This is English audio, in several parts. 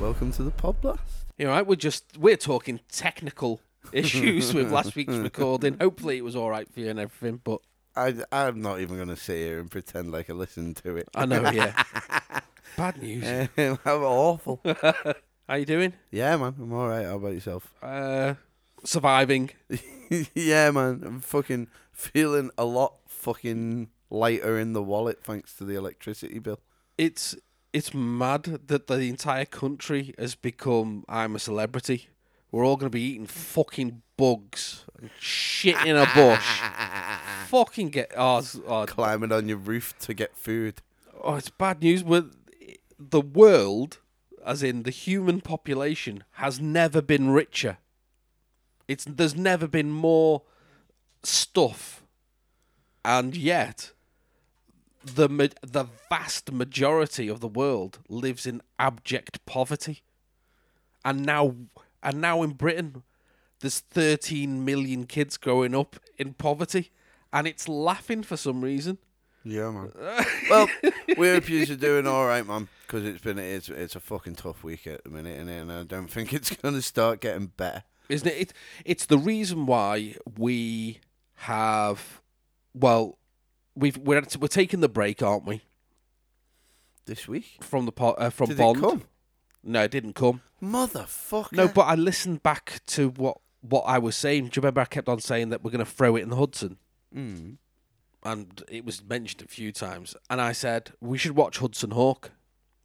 welcome to the pod blast. You all right? We're just we're talking technical issues with last week's recording. Hopefully, it was all right for you and everything. But I, I'm not even going to sit here and pretend like I listened to it. I know, yeah. Bad news. Um, How awful. How you doing? yeah, man, I'm all right. How about yourself? Uh, surviving. yeah, man, I'm fucking feeling a lot fucking lighter in the wallet thanks to the electricity bill. It's it's mad that the entire country has become I'm a celebrity. We're all gonna be eating fucking bugs, and shit in a bush. fucking get oh, it's- oh, Climbing on your roof to get food. Oh, it's bad news. With the world, as in the human population, has never been richer. It's there's never been more stuff, and yet the ma- the vast majority of the world lives in abject poverty, and now and now in Britain, there's 13 million kids growing up in poverty, and it's laughing for some reason. Yeah, man. well, we hope you're doing all right, man, because it's been it's it's a fucking tough week at the minute, innit? and I don't think it's going to start getting better. isn't it? it? It's the reason why we have, well, we've we're at- we're taking the break, aren't we, This week, from the po- uh, from Did it Bond? come? No, it didn't come. motherfucker. No, but I listened back to what what I was saying. Do you remember I kept on saying that we're going to throw it in the Hudson? Mm. and it was mentioned a few times. And I said we should watch Hudson Hawk,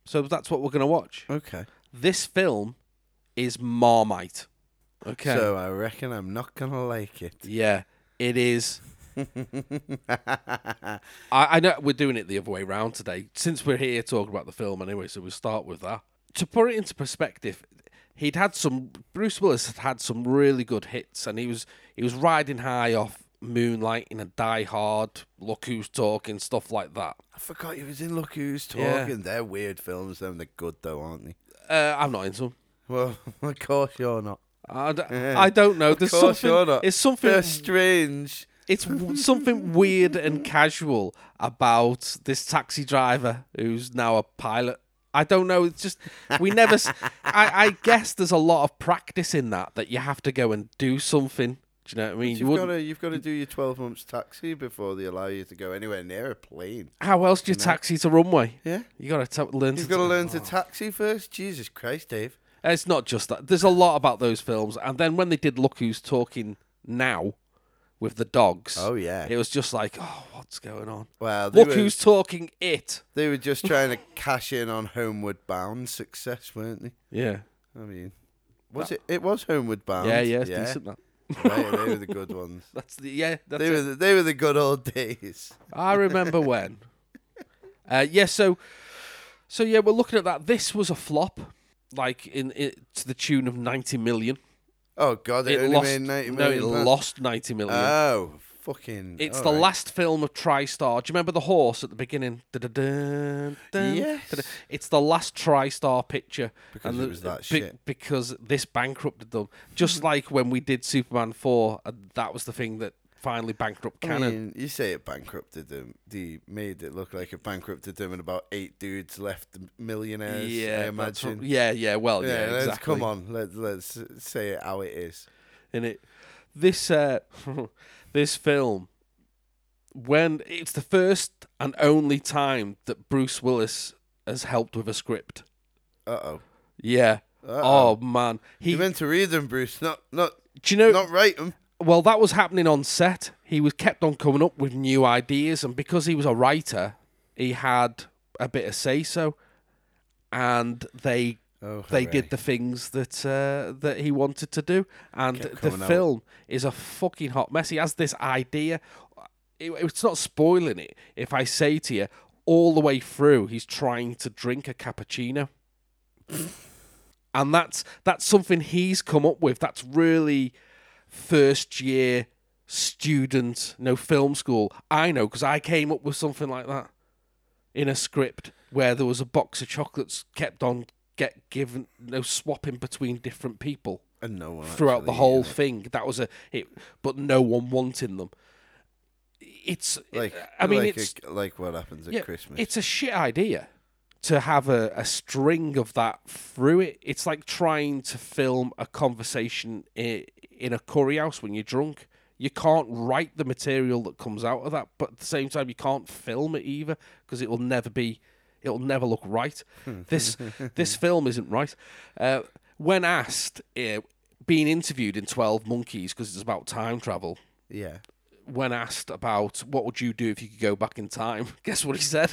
so that's what we're going to watch. Okay. This film is Marmite. Okay. So I reckon I'm not gonna like it. Yeah, it is. I, I know we're doing it the other way round today. Since we're here talking about the film anyway, so we'll start with that. To put it into perspective, he'd had some Bruce Willis had had some really good hits, and he was he was riding high off Moonlighting and Die Hard, Look Who's Talking, stuff like that. I forgot he was in Look Who's Talking. Yeah. They're weird films, them. They're good though, aren't they? Uh, I'm not into them. Well, of course you're not. I, d- I don't know. There's of course something. you're not. It's something. They're strange. It's w- something weird and casual about this taxi driver who's now a pilot. I don't know. It's just we never. s- I, I guess there's a lot of practice in that that you have to go and do something. Do you know what I mean? You You've got wouldn't, to you've got to do your 12 months taxi before they allow you to go anywhere near a plane. how else do you taxi to runway? Yeah. You got to learn. You've to Uh, got to learn to taxi first. Jesus Christ, Dave. It's not just that. There's a lot about those films, and then when they did Look Who's Talking now with the dogs. Oh, yeah. It was just like, oh, what's going on? Well, they Look were, who's talking. It. they were just trying to cash in on Homeward Bound success, weren't they? Yeah. I mean, was it? It was Homeward Bound. Yeah, yeah, it's decent that. Right, they were the good ones. That's the yeah. That's They it. were the, they were the good old days. I remember when. Uh, yeah, so, so yeah, we're looking at that. This was a flop, like in it, to the tune of ninety million. Oh God, they It only lost made ninety no, million. it pounds. lost ninety million. Oh, fucking! it's all the right. last film of TriStar. Do you remember the horse at the beginning? Dun-dun-dun, dun, Yes. dun-dun. It's the last TriStar picture. Because it was that shit. Because this bankrupted them. Just like when we did Superman 4, and that was the thing that finally bankrupted I Canon. mean, you say it bankrupted them. They made it look like it bankrupted them, and about eight dudes left the millionaires. yeah, I that's what- imagine. yeah, yeah. Well, yeah, Yeah, let's, exactly. come on. Let's let's say it how it is. In it, this uh, this film, when it's the first and only time that Bruce Willis has helped with a script. Uh oh. Yeah. Uh-oh. Oh man, he. You meant to read them, Bruce. Not not do you know? not write them. Well, that was happening on set. He was kept on coming up with new ideas, and because he was a writer, he had a bit of say so, and they Oh, they did the things that uh, that he wanted to do, and Kept the coming out. film is a fucking hot mess. He has this idea. It, it's not spoiling it if I say to you all the way through he's trying to drink a cappuccino, and that's that's something he's come up with. That's really first year student, no film school. I know because I came up with something like that in a script where there was a box of chocolates kept on get given no swapping between different people and no one throughout the actually, whole yeah. thing that was a it but no one wanting them it's Like i mean like it's a, like what happens at yeah, Christmas. it's a shit idea to have a, a string of that through it, it's like trying to film a conversation in, in a curry house when you're drunk. You can't write the material that comes out of that, but at the same time, you can't film it either because it will never be, it will never look right. this this film isn't right. Uh, when asked, uh, being interviewed in Twelve Monkeys because it's about time travel, Yeah. when asked about what would you do if you could go back in time, guess what he said?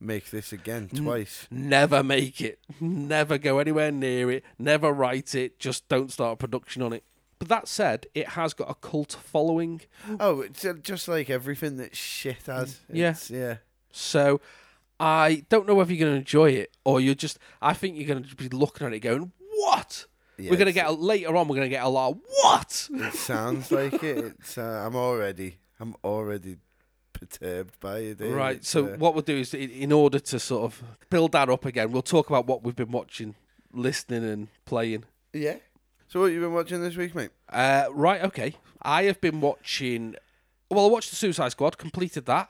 Make this again twice. never make it, never go anywhere near it, never write it, just don't start production on it. But that said, it has got a cult following, Oh, it's uh, just like everything that shit has. Yeah. It's- Yeah. so I don't know whether you're going to enjoy it or you're just. I think you're going to be looking at it going, "What? Yeah, we're going to it's- get a, later on. We're going to get a lot. Of, what? It sounds like it. It's, uh, I'm already, I'm already perturbed by it. eh? Right. It's, So uh, what we'll do is, i- in order to sort of build that up again, we'll talk about what we've been watching, listening, and playing. yeah. So what you been watching this week, mate? Uh, right. Okay. I have been watching. Well, I watched the Suicide Squad. Completed that.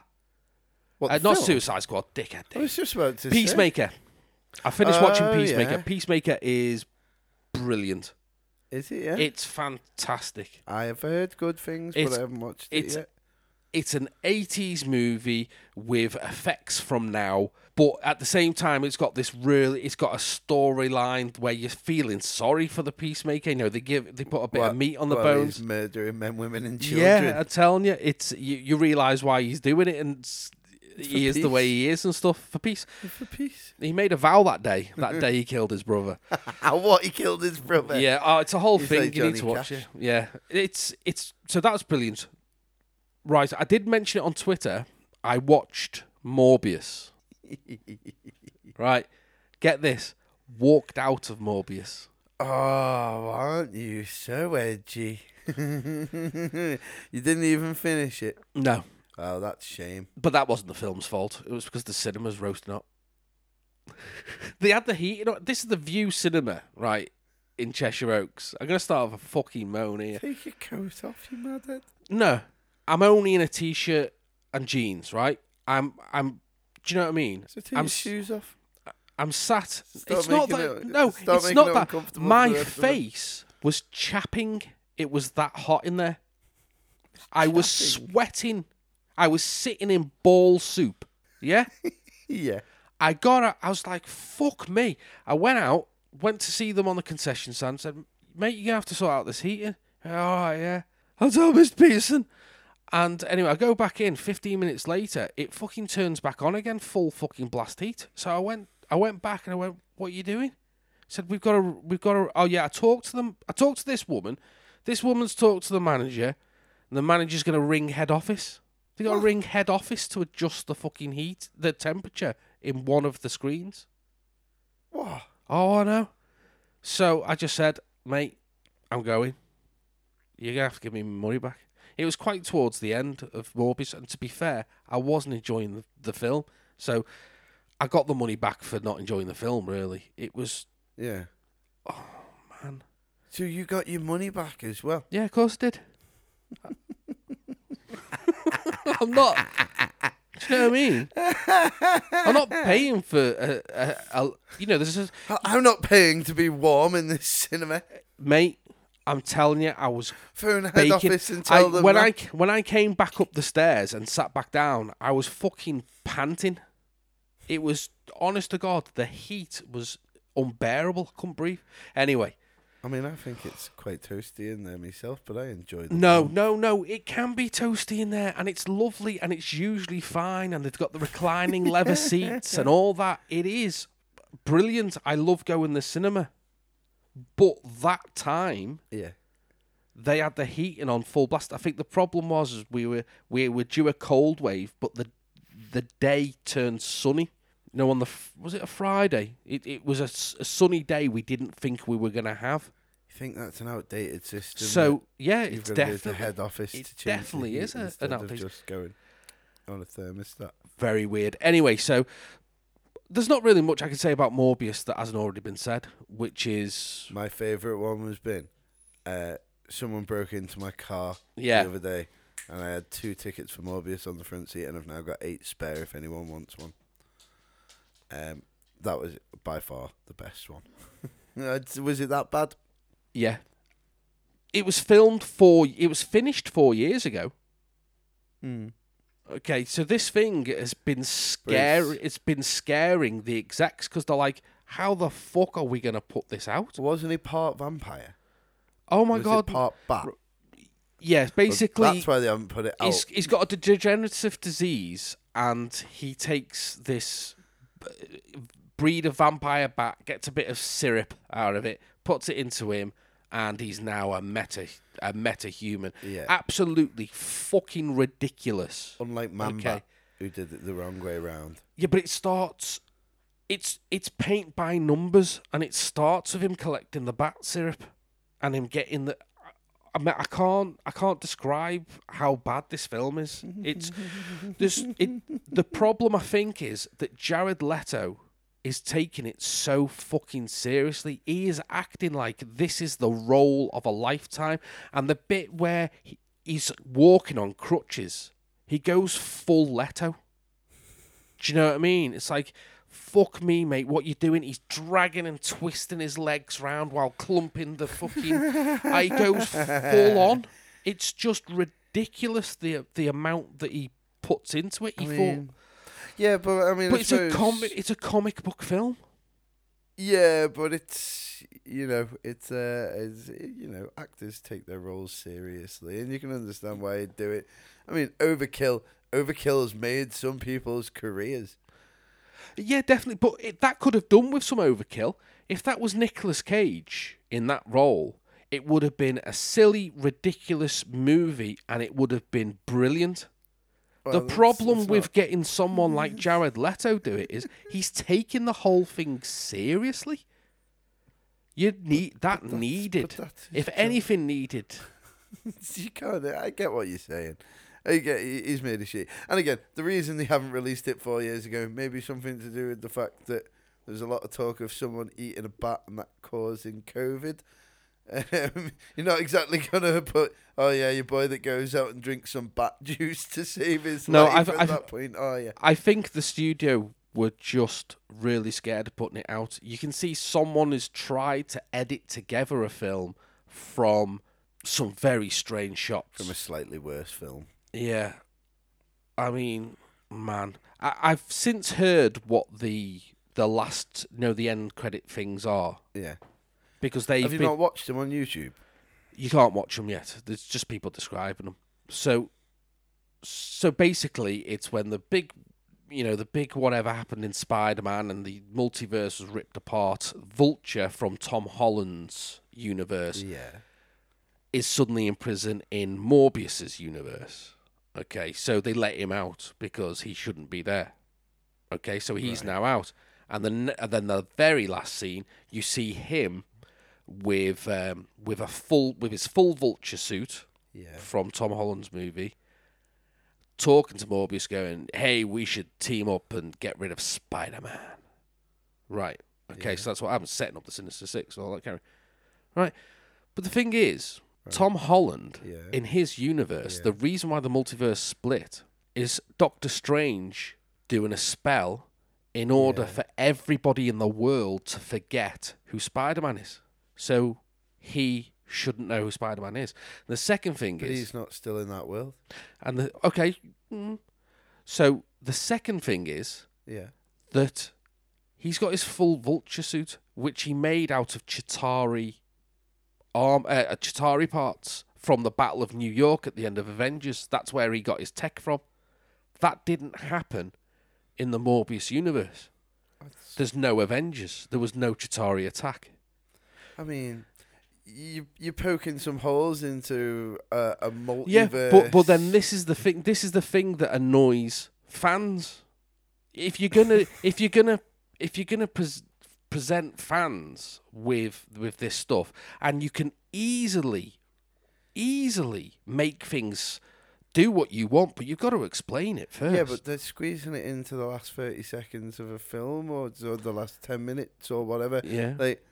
What Uh, the not film? Suicide Squad. Dickhead. I dick. was just about to say. Peacemaker. I finished watching Oh, Peacemaker. yeah. Peacemaker is brilliant. Is it? Yeah. It's fantastic. I have heard good things, but It's- I haven't watched it it's- yet. it's an 80s movie with effects from now but at the same time it's got this really it's got a storyline where you're feeling sorry for the peacemaker you know they give they put a bit What- of meat on the what, he's bones Murdering men, women, and children. yeah i'm telling you it's you, you realize why he's doing it and s- he is the peace. way he is and stuff for peace for peace. he made a vow that day that day he killed his brother what he killed his brother. yeah, oh, it's a whole He's thing. like you need Johnny to watch Cash. it. Yeah, it's it's so that's brilliant. Right, I did mention it on Twitter. I watched Morbius. right, get this. Walked out of Morbius. Oh, aren't you so edgy? you didn't even finish it. No, Oh, that's shame. but that wasn't the film's fault. It was because the cinemas roasting up. they had the heat. You know, this is the View Cinema, right? In Cheshire Oaks. I'm gonna start with a fucking moan here. Take your coat off, you madhead. No, I'm only in a t-shirt and jeans, right? I'm, I'm. Do you know what I mean? So take I'm, your s- shoes off. I'm sat. it's making not that. it- no, stop it's making not it that. uncomfortable My for the rest of us. face was chapping. It was that hot in there. I was sweating. I was sitting in ball soup. Yeah. Yeah. I got out. I was like, fuck me. I went out, went to see them on the concession stand, said, mate, you're going to have to sort out this heating. All right, yeah. I'll tell Mr. Peterson. And anyway, I go back in 15 minutes later. It fucking turns back on again, full fucking blast heat. So I went, I went back and I went, what are you doing? Said we've got to, we've got to. Oh yeah, I talked to them. I talked to this woman. This woman's talked to the manager, and the manager's going to ring head office. They got to ring head office to adjust the fucking heat, the temperature in one of the screens. What? Oh, I know. So I just said, mate, I'm going. You're gonna have to give me my money back. It was quite towards the end of Morbius, and to be fair, I wasn't enjoying the, the film, so I got the money back for not enjoying the film. Really, it was Yeah. Oh, man. So you got your money back as well. Yeah, of course I did. I'm not. Do you know what I mean? I'm not paying for a, a, a you know. There's a, I- I'm not paying to be warm in this cinema. mate. I'm telling you, I was Phone head baking. office and tell I- them when that. I c- when I came back up the stairs and sat back down, I was fucking panting. It was honest to God, the heat was unbearable. I couldn't breathe. Anyway, I mean, I think it's quite toasty in there myself, but I enjoyed it. No, no, no. It can be toasty in there, and it's lovely, and it's usually fine, and they've got the reclining leather seats and all that. It is brilliant. I love going to the cinema, but that time Yeah. they had the heating on full blast. I think the problem was is we were we were due a cold wave, but the the day turned sunny. You know, on the f- was it a Friday? It it was a, s- a sunny day. We didn't think we were gonna have. You think that's an outdated system? So yeah, that you've it's got to go to the definitely head office it to change the definitely heat is a- an instead of outdated- just going on a thermostat. very weird. Anyway, so there's not really much I can say about Morbius that hasn't already been said, which is My favourite one was been uh, someone broke into my car Yeah. the other day, and I had two tickets for Morbius on the front seat, and I've now got eight spare if anyone wants one. Um, that was by far the best one. Uh, was it that bad? Yeah. It was filmed four. It was finished four years ago. Hmm. Okay, so this thing has been scare. Bruce. It's been scaring the execs because they're like, "How the fuck are we gonna put this out? Wasn't he part vampire? Oh my was god! It part bat. yeah, basically, That's why they haven't put it out. he's he's got a degenerative disease, and he takes this b- breed of vampire bat, gets a bit of syrup out of it, puts it into him, and he's now a meta a meta human. Yeah. absolutely fucking ridiculous. Unlike Mamba, Okay. who did it the wrong way round. Yeah, but it starts. It's it's paint by numbers, and it starts with him collecting the bat syrup, and him getting the. I- I mean, I can't I can't describe how bad this film is. It's this. It, the problem I think is that Jared Leto is taking it so fucking seriously. He is acting like this is the role of a lifetime, and the bit where he, he's walking on crutches, he goes full Leto. Do you know what I mean? It's like, fuck me, mate, what you doing? He's dragging and twisting his legs round while clumping the fucking. I he goes full on. It's just ridiculous the the amount that he puts into it. He thought, Yeah, but I mean, but I it's a suppose- comic. It's a comic book film. Yeah, but it's you know it's uh it's, you know actors take their roles seriously, and you can understand why they do it. I mean, overkill. Overkill has made some people's careers. Yeah, definitely. But it, that could have done with some overkill. If that was Nicolas Cage in that role, it would have been a silly, ridiculous movie, and it would have been brilliant. Well, the that's- problem that's with not- getting someone like Jared Leto do it is he's taking the whole thing seriously. You need that needed. that's his If anything needed, you can't. I get what you're saying. I get he- he's made a shit. And again, the reason they haven't released it four years ago may be something to do with the fact that there's a lot of talk of someone eating a bat and that causing COVID. Um, you're not exactly gonna put, oh yeah, your boy that goes out and drinks some bat juice to save his No, life I've- at I've- that point. Oh yeah, I think the studio were just really scared of putting it out. You can see someone has tried to edit together a film from some very strange shots. from a slightly worse film. Yeah. I mean, man, I, I've since heard what the the last, you know, the end credit things are Yeah, because they've have you been, not watched them on YouTube? you can't watch them yet. There's just people describing them. So, so basically, it's when the big, you know, the big whatever happened in Spider-Man and the multiverse was ripped apart. Vulture from Tom Holland's universe Yeah, is suddenly in prison in Morbius's universe. Okay, so they let him out because he shouldn't be there. Okay, so he's now out, and then and then the very last scene you see him with um, with a full with his full vulture suit yeah. from Tom Holland's movie, talking to Morbius, going, "Hey, we should team up and get rid of Spider Man." Right. Okay, so that's what happens, setting up the Sinister Six and all that kind of. Right. But the thing is, Tom Holland Yeah. in his universe, the reason why the multiverse split is Doctor Strange doing a spell in order for everybody in the world to forget who Spider Man is. So he shouldn't know who Spider Man is. The second thing But is he's not still in that world. and the okay. mm. So the second thing is Yeah, that he's got his full vulture suit, which he made out of Chitari arm, uh, uh, Chitari parts from the Battle of New York at the end of Avengers. That's where he got his tech from. That didn't happen in the Morbius universe. That's- There's no Avengers. There was no Chitari attack. I mean, you you're poking some holes into a, a multiverse. Yeah, but but then this is the thing. This is the thing that annoys fans. If you're gonna, if you're gonna, if you're gonna pres present fans with with this stuff, and you can easily, easily make things do what you want, but you've got to explain it first. yeah, but they're squeezing it into the last thirty seconds of a film or, or the last ten minutes or whatever. yeah, Like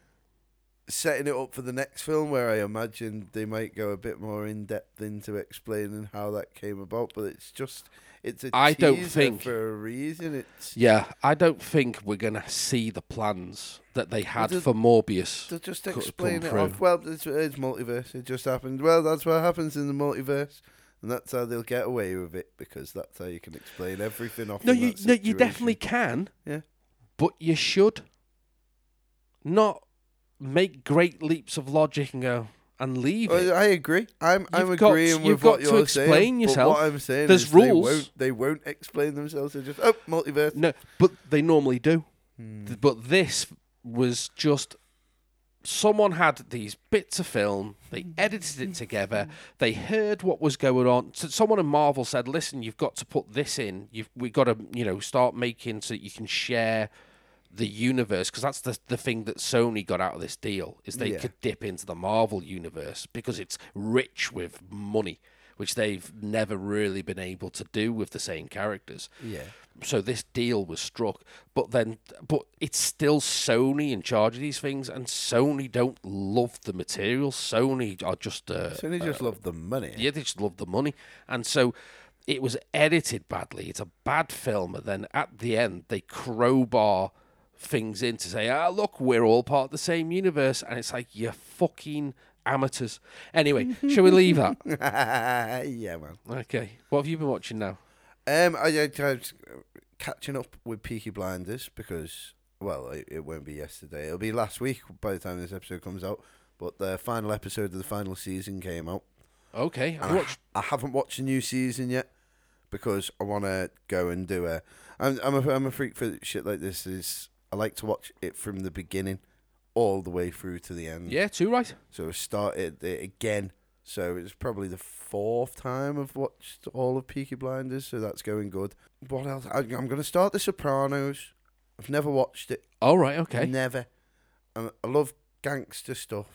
setting it up for the next film, where I imagine they might go a bit more in depth into explaining how that came about. But it's just It's a I don't teaser think- for a reason. It's Yeah, I don't think we're gonna see the plans that they had does- for Morbius. to just co- come explain it through. off. Well, it's, it's multiverse. It just happened. Well, that's what happens in the multiverse, and that's how they'll get away with it because that's how you can explain everything off. No, in you that no, you situation. definitely can, yeah. but you should not make great leaps of logic and go and leave it. Well, Oh, I agree. I'm I'm You've got- agreeing with you've what got you're to saying. explain But yourself. what I'm saying There's is they rules. won't they won't explain themselves. They're just oh multiverse. No, but they normally do. Hmm. Th- But this was just someone had these bits of film, Hmm. they edited it together, they heard what was going on. So someone in Marvel said, "Listen, you've got to put this in. You've we got to, you know, start making so that you can share the universe because that's the the thing that Sony got out of this deal is they Yeah. could dip into the Marvel universe because it's rich with money." Which they've never really been able to do with the same characters Yeah. so this deal was struck but then but it's still sony in charge of these things and sony don't love the material sony are just uh, So they just love the money. yeah they just love the money and so it was edited badly it's a bad film and then at the end they crowbar things in to say ah look we're all part of the same universe and it's like you fucking amateurs anyway shall we leave that Yeah, man. okay what have you been watching now Um, I, I, I was catching up with Peaky Blinders because well, it, it won't be yesterday. It'll be last week by the time this episode comes out. But the final episode of the final season came out. okay i And I, watched I haven't watched the new season yet because I want to go and do a. I'm I'm a, I'm a freak for shit like this. Is I like to watch it from the beginning, all the way through to the end. yeah two right So I started it again. So it's probably the fourth time I've watched all of Peaky Blinders. So that's going good. What else? I, I'm going to start The Sopranos. I've never watched it. all right okay Never. And I love gangster stuff.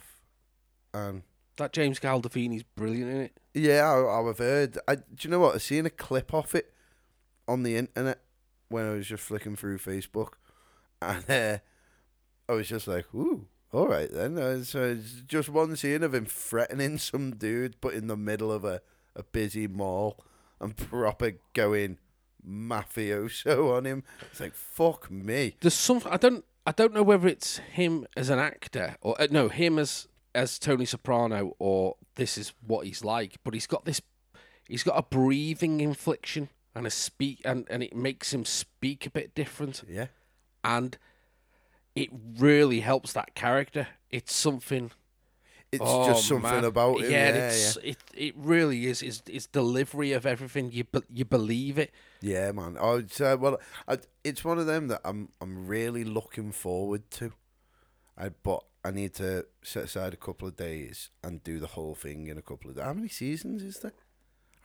And That James Gandolfini's brilliant in it. Yeah, I, I've heard. I, do you know what? I've seen a clip off it on the internet when I was just flicking through Facebook, and uh, I was just like, "Ooh, all right then." Uh, So it's just one scene of him threatening some dude, but in the middle of a, a busy mall, and proper going mafioso on him. It's like, "Fuck me." There's some I don't I don't know whether it's him as an actor or uh, no him as as Tony Soprano or this is what he's like, but he's got this he's got a breathing infliction and a speak and and it makes him speak a bit different Yeah. and it really helps that character. It's something It's Oh, just something man. about him. Yeah, Yeah, and it's it it really is. It's, it's delivery of everything. You be, you believe it. Yeah, man. I would say, well, I, it's one of them that I'm I'm really looking forward to. I but I need to set aside a couple of days and do the whole thing in a couple of days. How many seasons is there?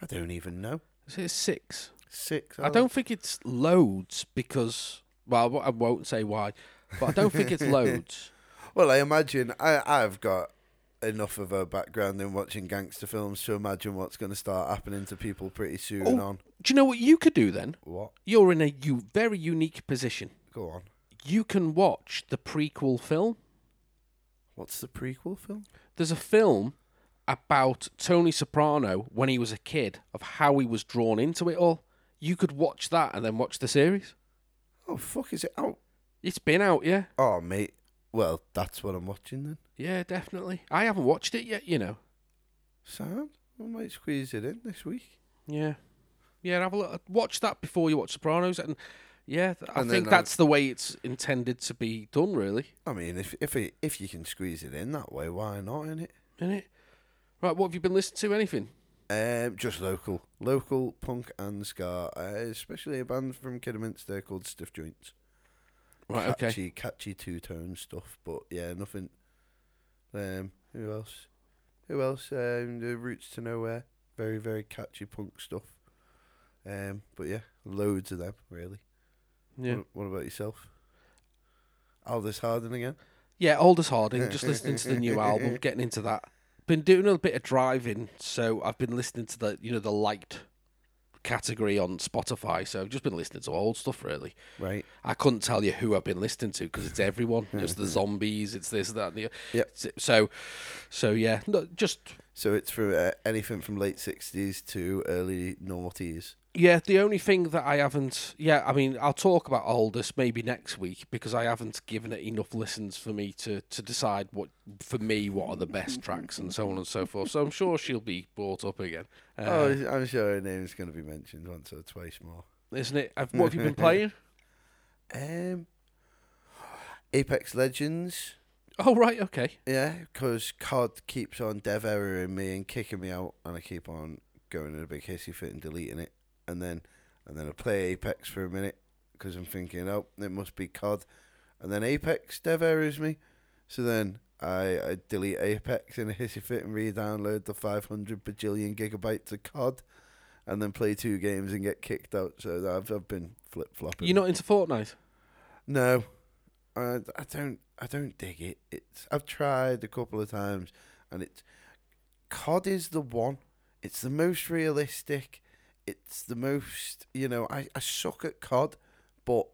I don't even know. Is it six? Six. I don't think it's loads because well, I won't say why, but I don't think it's loads. Well, I imagine I I've got enough of a background in watching gangster films to imagine what's going to start happening to people pretty soon. Oh. On Do you know what you could do then? what? You're in a u- very unique position. Go on. You can watch the prequel film. What's the prequel film? There's a film about Tony Soprano when he was a kid of how he was drawn into it all. You could watch that and then watch the series. Oh fuck! Is it out? It's been out, yeah, Oh mate. Well, that's what I'm watching then. yeah, definitely. I haven't watched it yet, you know. Sam, we might squeeze it in this week. Yeah, yeah. Have a look. uh, Watch that before you watch Sopranos, and yeah, th- I And then uh, think I'll- that's the way it's intended to be done, really, I mean, if if it, if you can squeeze it in that way, why not? In it, isn't it? Right. What have you been listening to? Anything? um, just local, local punk and ska, uh, especially a band from Kidderminster called Stiff Joints. Right. Okay. catchy, catchy two tone stuff, but yeah, nothing. Um, who else? Who else? Um, the Roots to Nowhere, very very catchy punk stuff. Um, but yeah, loads of them really. Yeah. What, what about yourself? Aldous Harding again. Yeah. Aldous Harding. Just listening to the new album. Getting into that. Been doing a bit of driving, so I've been listening to the you know the liked category on Spotify. So I've just been listening to old stuff really. Right. I couldn't tell you who I've been listening to because it's everyone. it's the zombies. It's this, that, and the other. Yep. So, so yeah, no, just So it's from uh, anything from late sixties to early noughties. Yeah, the only thing that I haven't, yeah, I mean, I'll talk about all this maybe next week because I haven't given it enough listens for me to to decide what for me what are the best tracks and so on and so forth. So I'm sure she'll be brought up again, uh, oh, I'm sure her name's going to be mentioned once or twice more. isn't it? I've, what have you been playing? Um, Apex Legends. Oh right, okay. Yeah, because COD keeps on dev erroring me and kicking me out, and I keep on going in a big hissy fit and deleting it, and then and then I play Apex for a minute because I'm thinking, oh, it must be COD, and then Apex dev errors me, so then I, I delete Apex in a hissy fit and re-download the 500 bajillion gigabytes of COD, and then play two games and get kicked out. So I've I've been flip flopping. You're not into Fortnite. No, I, I don't. I don't dig it. It's I've tried a couple of times, and it's COD is the one. It's the most realistic. It's the most. You know, I I suck at COD, but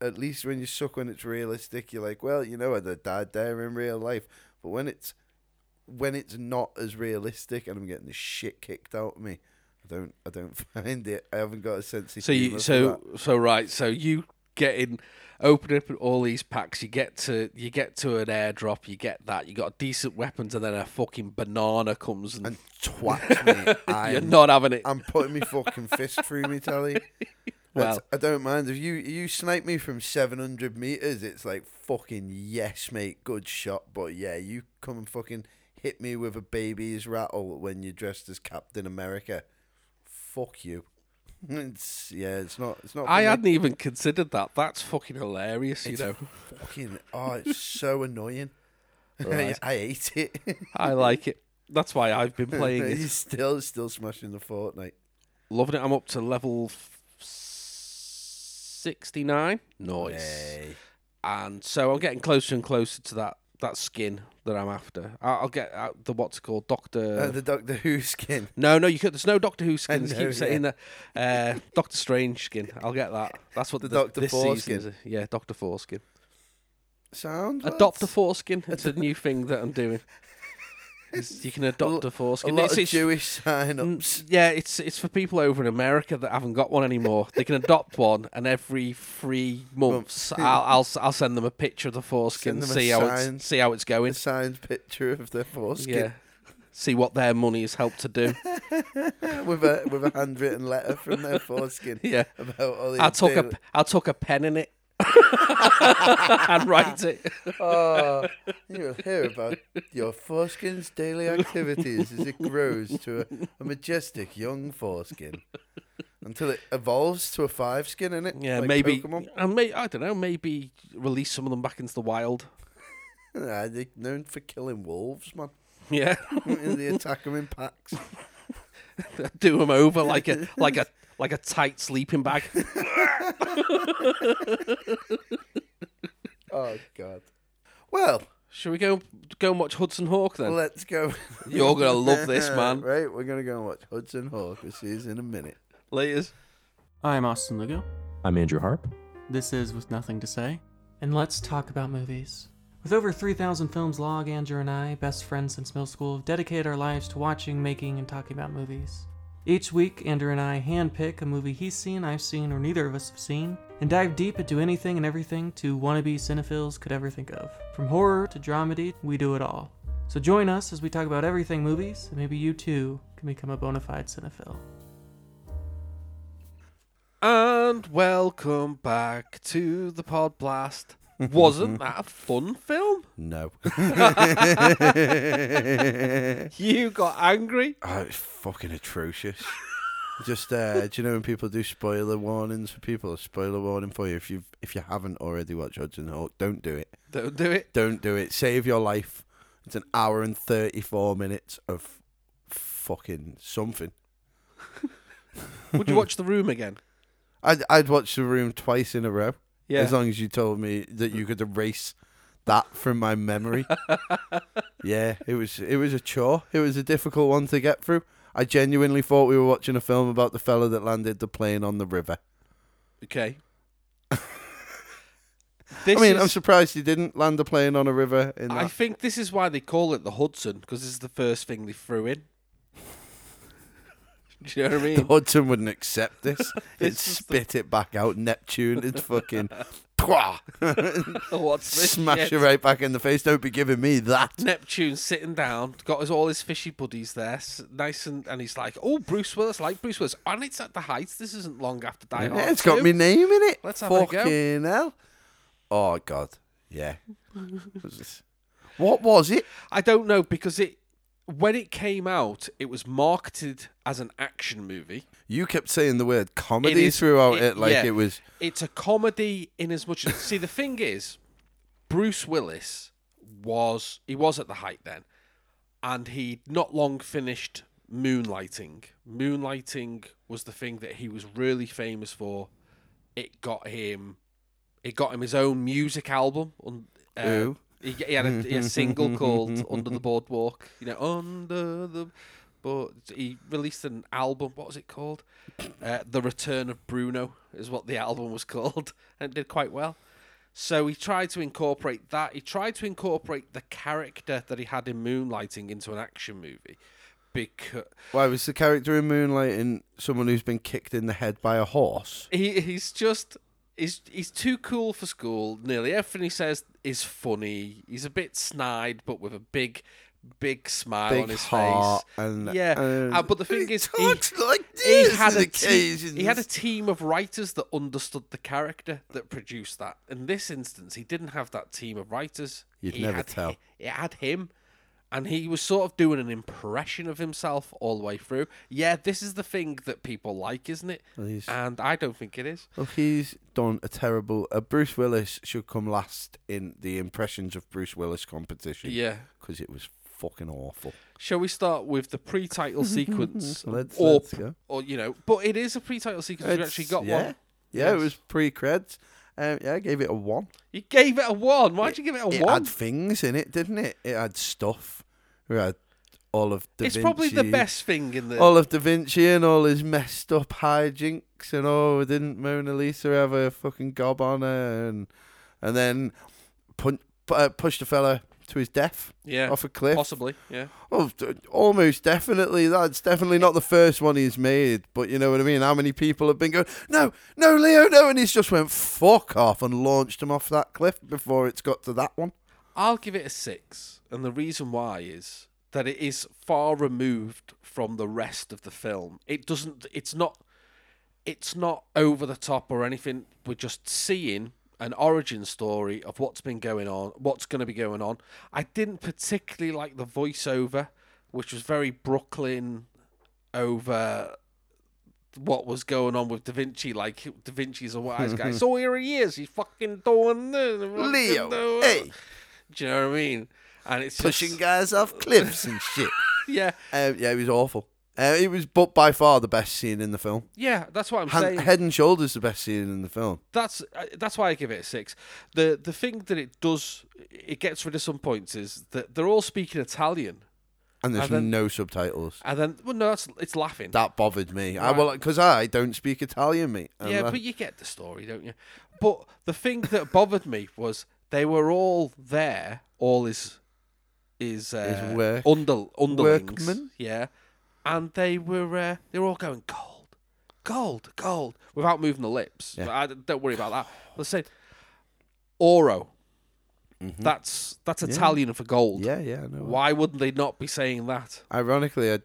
at least when you suck when it's realistic, you're like, well, you know, I'd have died there in real life. But when it's when it's not as realistic, and I'm getting the shit kicked out of me. I don't, I don't find it. I haven't got a sense of So you, humour for that. so so right. So you getting opening up all these packs. You get to you get to an airdrop. You get that. You got decent weapons, and then a fucking banana comes and, and twat me. you're I'm, not having it. I'm putting my fucking fist through me, Tally. That's- Well. I don't mind if you you snipe me from 700 meters. It's like fucking yes, mate, good shot. But yeah, you come and fucking hit me with a baby's rattle when you're dressed as Captain America. Fuck you. It's yeah, it's not it's not. for I me. hadn't even considered that. That's fucking hilarious. You It's know, fucking oh, it's so annoying. Right. I hate it. I like it. That's why I've been playing He's it, still still smashing the Fortnite. loving it. I'm up to level sixty nine. Nice. Hey. and so I'm getting closer and closer to that that skin that I'm after. I- I'll get out the what's it called Doctor. Uh, the Doctor Who skin. no, no, you could. There's no Doctor Who skins. know, keep saying that. Uh, Doctor Strange skin. I'll get that. That's what The this- Doctor this Four season is. Yeah, Doctor Four skin. Sound lads? Adopt a foreskin. It's a new thing that I'm doing. It's- You can adopt a a foreskin. lot It's- of it's- Jewish sign ups. Mm, Yeah, it's it's for people over in America that haven't got one anymore. They can adopt one, and every three months, I'll, I'll s- I'll send them a picture of the Send foreskin, them a see how sign. it's see how it's A going, signed picture of their yeah, foreskin see what their money has helped to do. with a with a handwritten letter from their foreskin Yeah, about all the I took a imperial- p- I took a pen in it and write it. Oh, you'll hear about your foreskin's daily activities as it grows to a, a majestic young foreskin until it evolves to a five skin in it. Yeah, like maybe Pokemon. and may, I don't know. Maybe release some of them back into the wild. Nah, they're Ah, known for killing wolves, man. Yeah, they attack them in packs. do them over like a like a like a tight sleeping bag. Oh God. Well, Should we go go and watch Hudson Hawk then? Let's go. You're gonna love this, man. right, we're gonna go and watch Hudson Hawk. We'll see you in a minute. Laters. I'm Austin Lugo. I'm Andrew Harp. This is With Nothing to Say. And let's talk about movies. With over 3,000 films log, Andrew and I, best friends since middle school, have dedicated our lives to watching, making, and talking about movies. Each week, Andrew and I handpick a movie he's seen, I've seen, or neither of us have seen, and dive deep into anything and everything two wannabe cinephiles could ever think of. From horror to dramedy, we do it all. So join us as we talk about everything movies, and maybe you too can become a bona fide cinephile. And welcome back to the Pod Blast. Wasn't that a fun film? No. You got angry. Oh, it's fucking atrocious. Just uh, do you know when people do spoiler warnings for people? A spoiler warning for you if you if you haven't already watched Hudson Hawk, don't do it. Don't do it. Don't do it. Save your life. It's an hour and thirty four minutes of fucking something. Would you watch The Room again? I'd I'd watch The Room twice in a row. Yeah. As long as you told me that you could erase that from my memory. yeah, it was it was a chore. It was a difficult one to get through. I genuinely thought we were watching a film about the fella that landed the plane on the river. okay. this I mean, is, I'm surprised you didn't land a plane on a river in I that. think this is why they call it the Hudson because this is the first thing they threw in. Do you know what I The mean? Hudson wouldn't accept this. It'd This is the- spit it back out. Neptune, it's fucking. Pwah! What's this Smash shit? it right back in the face. Don't be giving me that. Neptune sitting down, got his, all his fishy buddies there, s- nice and and he's like, "Oh, Bruce Willis, like Bruce Willis, and it's at the heights. This isn't long after Die Hard. Yeah, it's got 2." my name in it. Let's have a go. Fucking hell. Oh, God. Yeah. what was it? I don't know because it when it came out, it was marketed as an action movie. You kept saying the word comedy is- throughout it- it, like yeah. it was. It's a comedy in as much as see the thing is, Bruce Willis was he was at the height then, and he'd not long finished Moonlighting. Moonlighting was the thing that he was really famous for. It got him, it got him his own music album. on- uh, Ooh. He, he had a, he had a single called "Under the Boardwalk." You know, under the. But he released an album. What was it called? Uh, the Return of Bruno is what the album was called, and it did quite well. So he tried to incorporate that. He tried to incorporate the character that he had in Moonlighting into an action movie, because Why was the character in Moonlighting someone who's been kicked in the head by a horse? he he's just he's he's too cool for school. Nearly everything he says is funny. He's a bit snide, but with a big, big smile Big on his heart face. and yeah, and- Uh, but the thing he is, he- talks like he this had on a te- occasions. he had a team of writers that understood the character that produced that. In this instance, he didn't have that team of writers. You'd He never had tell. hi- It had him, and he was sort of doing an impression of himself all the way through. Yeah, this is the thing that people like, isn't it? Well, he's- And I don't think it is. Well, Oh, he's done a terrible. Uh, Bruce Willis should come last in the impressions of Bruce Willis competition. Yeah. because it was fucking awful. Shall we start with the pre-title sequence? Let's- or, let's go. or you know, but it is a pre-title sequence. You It's- actually got yeah, one. Yeah, Yes. it was pre creds. Um, yeah, I gave it a one. You gave it a one. Why'd you give it a It one? had things in it, didn't it? It had stuff. It had all of Da it's probably the Vinci- Oh, best thing in the. all of Da Vinci and all his messed up hijinks and oh, didn't Mona Lisa have a fucking gob on her and and then punch, uh, pushed a fella to his death yeah, off a cliff. possibly. Yeah. Oh, d- almost definitely. That's definitely not the first one he's made, but you know what I mean. How many people have been going, no, no, Leo, no, and he's just went fuck off and launched him off that cliff before it's got to that one. I'll give it a six, and the reason why is that it is far removed from the rest of the film. It doesn't. It's not. It's not over the top or anything. We're just seeing an origin story of what's been going on, what's going to be going on. I didn't particularly like the voiceover, which was very Brooklyn over what was going on with Da Vinci. Like Da Vinci's a wise guy, so here he is. He's fucking doing this. fucking Leo, doing- hey, do you know what I mean? And it's pushing Just, guys off cliffs and shit. yeah, Um, yeah, it was awful. Uh, it was, but by far the best scene in the film. yeah. That's what I'm Han- saying. head and shoulders, the best scene in the film. That's uh, that's why I give it a six. The the thing that it does, it gets rid of some points is that they're all speaking Italian, And there's And then- no subtitles. and then well, no, that's it's laughing. That bothered me. I Right. well, because I don't speak Italian, mate. And uh, yeah, that- but you get the story, don't you? But the thing that bothered me was they were all there. All his his, uh, work- under underlings. workmen? Yeah, and they were uh, they were all going gold, gold, gold without moving the lips. But I, don't worry about that. Let's say oro. That's that's Italian for gold. Mm-hmm. yeah, yeah, I know. Why wouldn't they not be saying that? Ironically, I,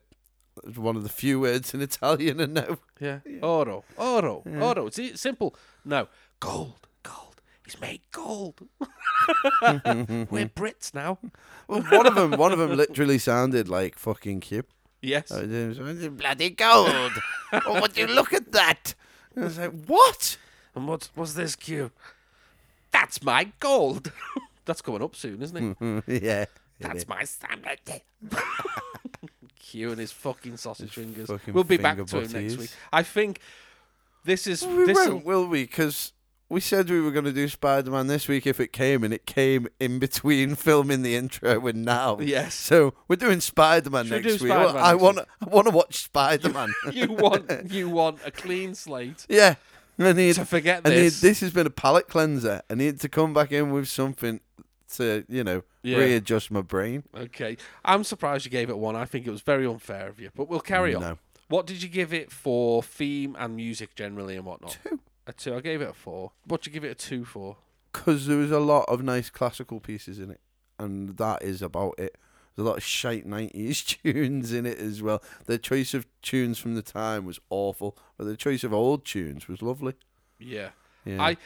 it's one of the few words in Italian and no. Yeah. Oro, oro, oro. It's i- simple. No, gold, gold. He's made gold. We're Brits now. Well, one of them, one of them literally sounded like fucking Q. Yes. I was- I was, Bloody gold! oh, would you look at that? I was like, what? And what was this cue? That's my gold. That's coming up soon, isn't it? yeah, That's my sandwich. Q and his fucking sausage fingers. fucking we'll be back finger to him next butties. week. I think this is we this. won't, will we? Because we said we were going to do Spider Man this week if it came, and it came in between filming the intro and now. Yes. So we're doing Spider Man Should we next do week. Spider-Man I next want, I want to watch Spider Man. You want you want a clean slate. Yeah. I need To forget I this. Need, this has been a palate cleanser. I need to come back in with something to, you know, Yeah. readjust my brain. Okay. I'm surprised you gave it one. I think it was very unfair of you, but we'll carry on. No. What did you give it for theme and music generally and whatnot? Two. A two. I gave it a four. What did you give it a two for? because there was a lot of nice classical pieces in it, and that is about it. There's a lot of shite nineties tunes in it as well. The choice of tunes from the time was awful, but the choice of old tunes was lovely. Yeah. Yeah, I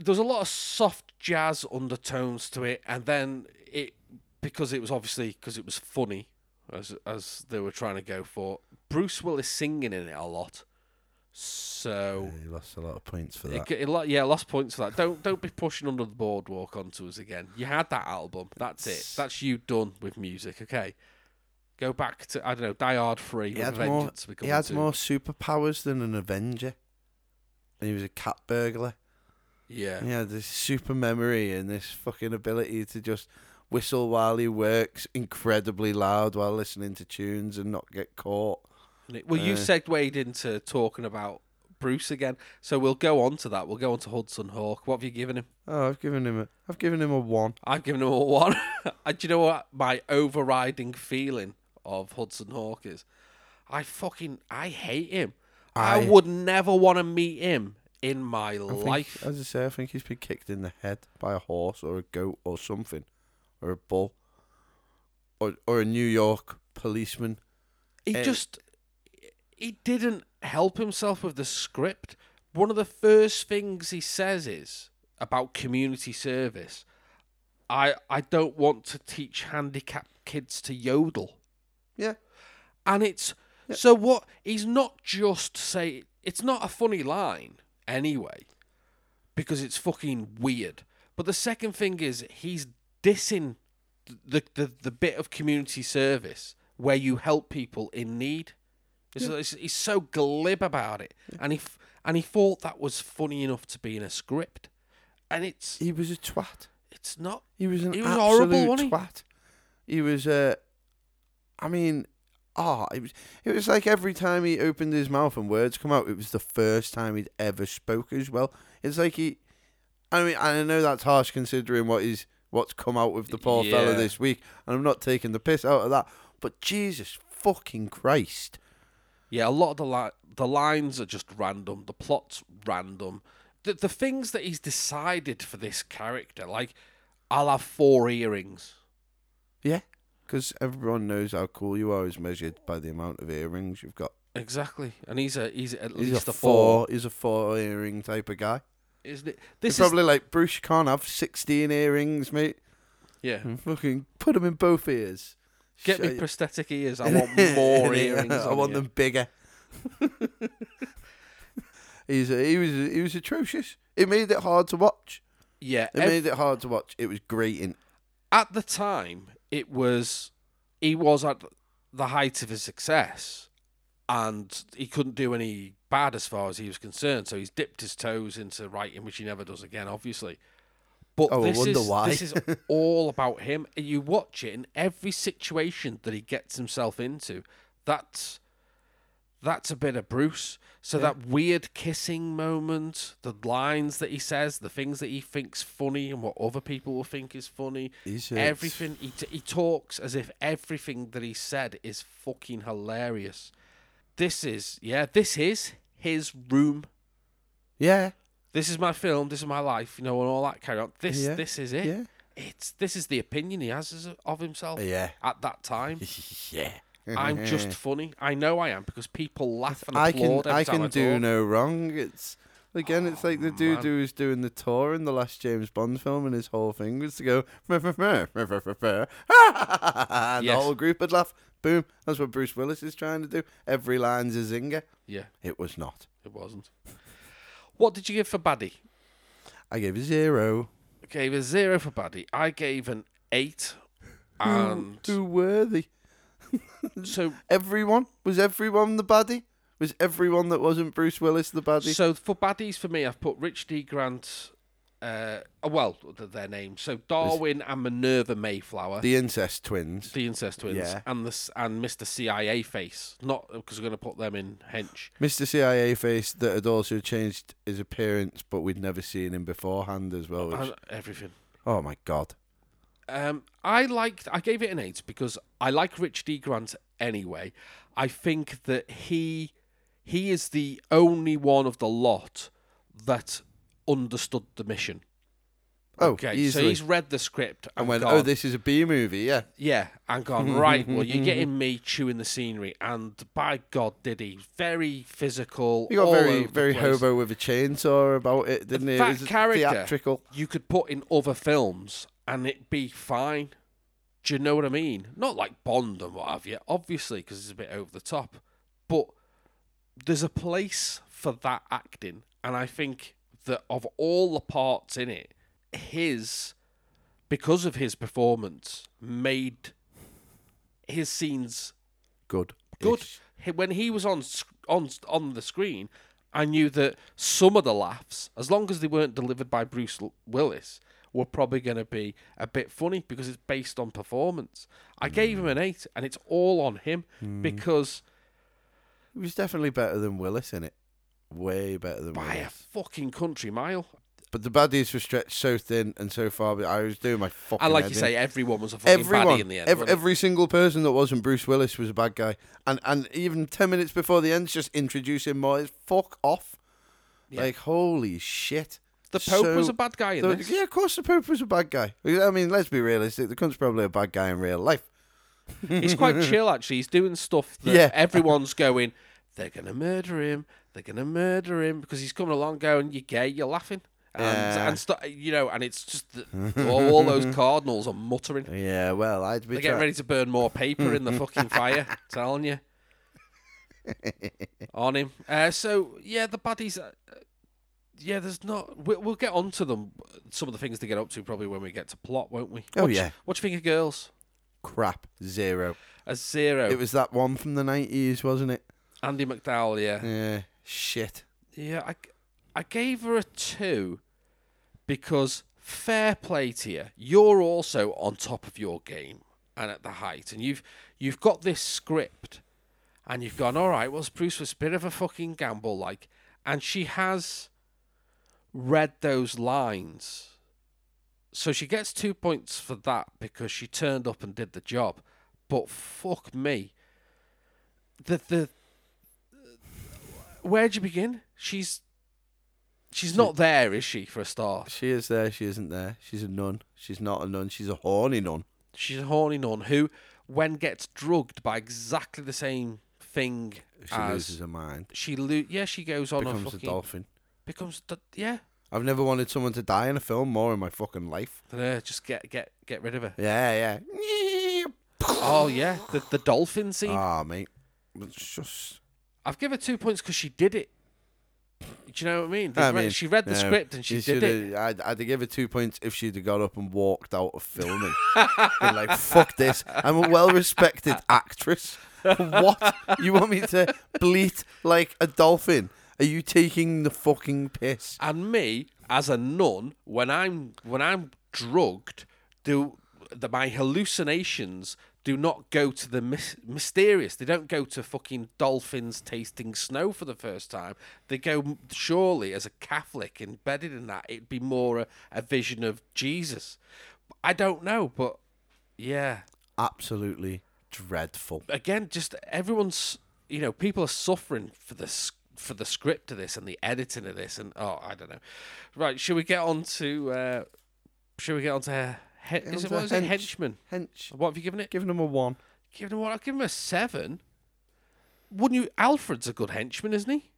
there's a lot of soft jazz undertones to it, and then it because it was obviously because it was funny as as they were trying to go for. Bruce Willis singing in it a lot, so yeah you lost a lot of points for it, that. it, lo- yeah, lost points for that. Don't don't be pushing under the boardwalk onto us again. You had that album. That's it. That's you done with music. Okay, go back to I don't know Die Hard Free. He with had more. Vengeance. He had more superpowers than an Avenger. And he was a cat burglar. Yeah. He had this super memory and this fucking ability to just whistle while he works incredibly loud while listening to tunes and not get caught. Well, you Uh, segued into talking about Bruce again, so we'll go on to that. We'll go on to Hudson Hawk. What have you given him? Oh, I've given him a, I've given him a one. I've given him a one. And Do you know what my overriding feeling of Hudson Hawk is? I fucking I hate him. I, I- would never want to meet him in my I think- uh, life. as I say, I think he's been kicked in the head by a horse or a goat or something, or a bull, or or a New York policeman. He Uh, just he didn't help himself with the script. One of the first things he says is about community service. I I don't want to teach handicapped kids to yodel. Yeah, And it's so what he's not just say it's not a funny line anyway because it's fucking weird. But the second thing is he's dissing the the, the bit of community service where you help people in need. It's- it's- he's so glib about it, and he f- and he thought that was funny enough to be in a script, and it's he was a twat. it's not. He was an He was absolute horrible, wasn't he? twat. He was uh, I mean, ah, it was it was like every time he opened his mouth and words come out, it was the first time he'd ever spoke as well. It's like he, I mean, I know that's harsh considering what he's what's come out with the poor fella Yeah. this week, and I'm not taking the piss out of that. But Jesus fucking Christ, Yeah, a lot of the li- the lines are just random. The plot's random. The the things that he's decided for this character, like I'll have four earrings. yeah, because everyone knows how cool you are is measured by the amount of earrings you've got. Exactly, and he's a he's at He's least a a four, four. He's a four earring type of guy. isn't it? It's This is probably like Bruce. You can't have sixteen earrings, mate. yeah. Fucking put them in both ears. Get me Hmm. Shut prosthetic ears. I your- want more Yeah, earrings. I want them bigger. He's a, he was he was atrocious. It made it hard to watch. Yeah, It ev- made it hard to watch. It was grating. at the time it was he was at the height of his success and he couldn't do any bad as far as he was concerned so he's dipped his toes into writing which he never does again obviously but Oh, I this, wonder is, why. this is all about him you watch it in every situation that he gets himself into that's that's a bit of Bruce. So that weird kissing moment, the lines that he says, the things that he thinks funny, and what other people will think is funny. He's a- everything he t- he talks as if everything that he said is fucking hilarious. This is yeah, this is his room. Yeah, This is my film. This is my life. You know, and all that carry on. This Yeah, this is it. yeah. It's this is the opinion he has as- of himself yeah, at that time. yeah. Oh. I'm just funny. I know I am because people laugh and I can applaud every I time can I do talk. Oh, no wrong. It's again, it's like the dude who was doing the tour in the last James Bond film, and his whole thing was to go "Meh, meh, meh, meh, meh, meh, meh," and the Yes. whole group would laugh. Boom! That's what Bruce Willis is trying to do. Every line's a zinger. Yeah, It was not. it wasn't. What did you give for Baddie? I gave a zero. Gave a zero for Baddie. I gave an eight, and Who were they? so Everyone was everyone the baddie. Was everyone that wasn't Bruce Willis the baddie? so for Baddies for me, I've put Rich D Grant. Uh, oh, well, th- their names. So Darwin and Minerva Mayflower, the, the incest twins. incest twins, Yeah. and the s- and Mr. CIA face. Not because we're going to put them in hench. Mr. CIA face that had also changed his appearance, but we'd never seen him beforehand as well. Which, And everything. oh my god! Um, I liked. I gave it an eight because I like Rich D. Grant anyway. I think that he he is the only one of the lot that understood the mission. Oh, Okay, easily. so he's read the script and, and went, gone, oh, this is a B movie, yeah. yeah, and gone Mm-hmm, right. Well, you're getting me chewing the scenery, and by God, did he very physical. He got all very, over the very place. hobo with a chainsaw about it, didn't he? It That was character theatrical. you could put in other films and it'd be fine. Do you know what I mean? Not like Bond and what have you, obviously, because it's a bit over the top. But there's a place for that acting, and I think that of all the parts in it, his, because of his performance, made his scenes Good. good. He- When he was on sc- on on the screen, I knew that some of the laughs, as long as they weren't delivered by Bruce L- Willis, were probably going to be a bit funny because it's based on performance. I gave him an eight, and it's all on him Hmm. because He was definitely better than Willis in it. Way better than by a Willis. fucking country mile. But the baddies were stretched so thin and so far. But I was doing my fucking. And like head you in. say, everyone was a fucking everyone, baddie in the end. ev- wasn't it? every single person that wasn't Bruce Willis was a bad guy. And and even ten minutes before the end, just introducing more. is Fuck off! Yeah. Like holy shit. the Pope so- was a bad guy in So, this. yeah, of course the Pope was a bad guy. I mean, let's be realistic. The cunt's probably a bad guy in real life. He's quite chill actually. He's doing stuff that Yeah. everyone's going, they're gonna murder him, they're gonna murder him because he's coming along going, You're gay, you're laughing. And, Yeah. and stu- you know, and it's just that all, all those cardinals are muttering. Yeah, well, I'd be. They're getting try- ready to burn more paper in the fucking fire. Telling you, on him. Uh, so yeah, the baddies. Uh, uh, yeah, there's not. We, we'll get onto them. Some of the things they get up to probably when we get to plot, won't we? Oh, What do- yeah. What do you think of girls? Crap. Zero. A zero. It was that one from the nineties, wasn't it? Andy McDowell. Yeah. Yeah. Shit. Yeah, I, g- I gave her a two because fair play to you. You're also on top of your game and at the height, and you've you've got this script, and you've gone all right. Well, it's Bruce was a bit of a fucking gamble, like, and she has read those lines, so she gets two points for that because she turned up and did the job. But fuck me, the the where'd you begin? She's she's not there, is she? For a start, She is there. She isn't there. She's a nun. She's not a nun. She's a horny nun. she's a horny nun who, when gets drugged by exactly the same thing She as loses her mind. she, lo- yeah, she goes on Becomes a a fucking dolphin. becomes the, yeah. I've never wanted someone to die in a film more in my fucking life. Uh, just get get get rid of her. Yeah, yeah. Oh yeah, the the dolphin scene. Ah, mate. It's just. I've given her two points because she did it. Do you know what I mean? They I read- mean, she read the no, script and she Um, you did it. shoulda- I'd, I'd give her two points if she'd have got up and walked out of filming. Been like, fuck this. I'm a well respected actress. What? You want me to bleat like a dolphin? Are you taking the fucking piss? and me as a nun when i'm when i'm drugged do the, my hallucinations do not go to the mys- mysterious they don't go to fucking dolphins tasting snow for the first time they go surely as a catholic embedded in that it'd be more a, a vision of jesus i don't know but yeah Absolutely dreadful. again, just everyone's you know people are suffering for this for the script of this and the editing of this and oh I don't know. Right, should we get on to uh, should we get on to he- is it, onto what is it hench. henchman? Hench. What have you given it? Giving him a one. Given him what? I've given him a seven. Wouldn't you? Alfred's a good henchman, isn't he?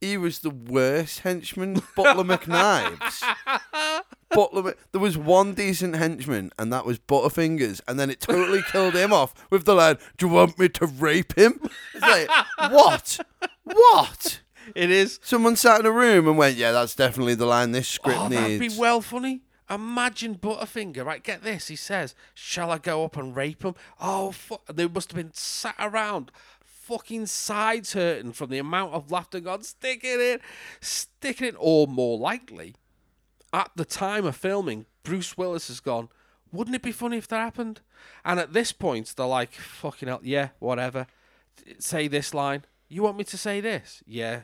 he was the worst henchman. Butler McKnives. Butler, Mc- there was one decent henchman, and that was Butterfingers, and then it totally killed him off with the line, "Do you want me to rape him?" It's like, what? What? It is. Someone sat in a room and went, "Yeah, that's definitely the line this script Oh, that'd be needs." well funny. Imagine Butterfinger, right? Get this. He says, Shall I go up and rape him? Oh, fuck. They must have been sat around, fucking sides hurting from the amount of laughter gone. Stick it in. Stick it in. Or more likely, at the time of filming, Bruce Willis has gone, Wouldn't it be funny if that happened? And at this point, they're like, Fucking hell. Yeah, whatever. Say this line. You want me to say this? Yeah.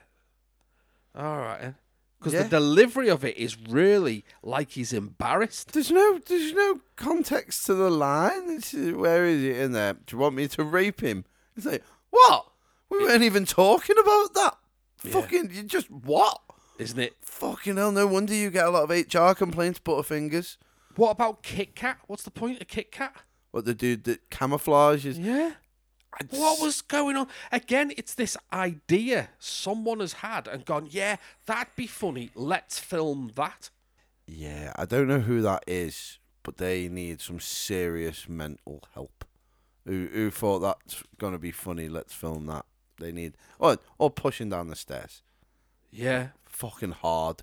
All right. then. because Yeah. the delivery of it is really like he's embarrassed. There's no there's no context to the line. It's, uh, where is it in there? Do you want me to rape him? It's like what? We weren't even talking about that. Fucking you just what? Isn't it? Fucking hell! No wonder you get a lot of HR complaints, Butterfingers. What about Kit Kat? What's the point of Kit Kat? What the dude that camouflages? Yeah. I'd What was going on? Again, it's this idea someone has had and gone, yeah, that'd be funny. Let's film that. Yeah, I don't know who that is, but they need some serious mental help. Who who thought that's gonna be funny? Let's film that. They need or or pushing down the stairs, Yeah. fucking hard.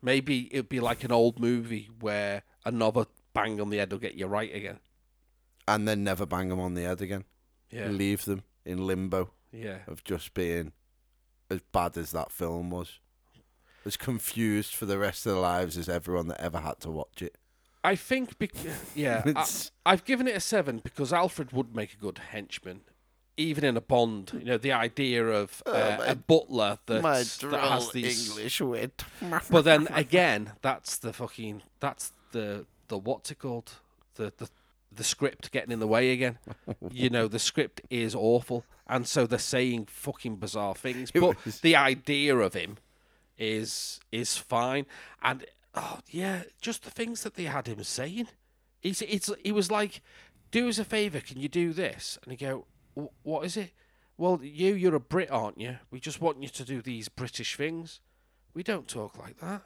Maybe it'd be like an old movie where another bang on the head will get you right again. and then never bang them on the head again. Yeah. Leave them in limbo Yeah. of just being as bad as that film was, as confused for the rest of their lives as everyone that ever had to watch it. I think, bec yeah, It's- I, I've given it a seven because Alfred would make a good henchman, even in a Bond. You know, the idea of Oh, uh, a butler that, that has these. wit. But then again, that's the fucking that's the the what's it called the the the script getting in the way again. you know, the script is awful, and so they're saying fucking bizarre things. It But was- the idea of him is is fine, and oh yeah, just the things that they had him saying. He's it's he was like, do us a favor, can you do this? And you go, "Wh- what is it? Well, you you're a Brit, aren't you? We just want you to do these British things. We don't talk like that.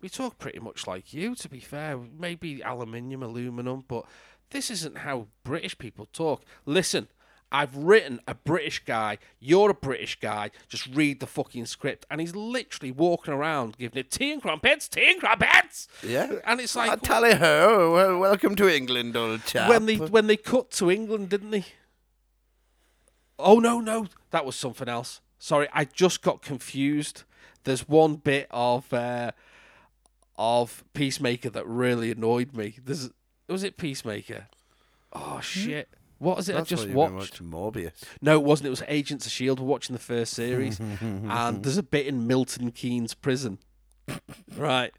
We talk pretty much like you, to be fair. Maybe aluminium, aluminum, but this isn't how British people talk. Listen, I've written a British guy. You're a British guy. Just read the fucking script. And he's literally walking around giving it tea and crumpets, tea and crumpets. Yeah. And it's I like tally ho, well, welcome to England, old chap. when they when they cut to England, didn't they? Oh no, no, that was something else. Sorry, I just got confused. There's one bit of uh, of Peacemaker that really annoyed me. There's was it Peacemaker? Oh shit! What is it That's I just why you've watched? been watching Morbius. No, it wasn't. It was Agents of Shield. E We're watching the first series, and there's a bit in Milton Keynes prison, right?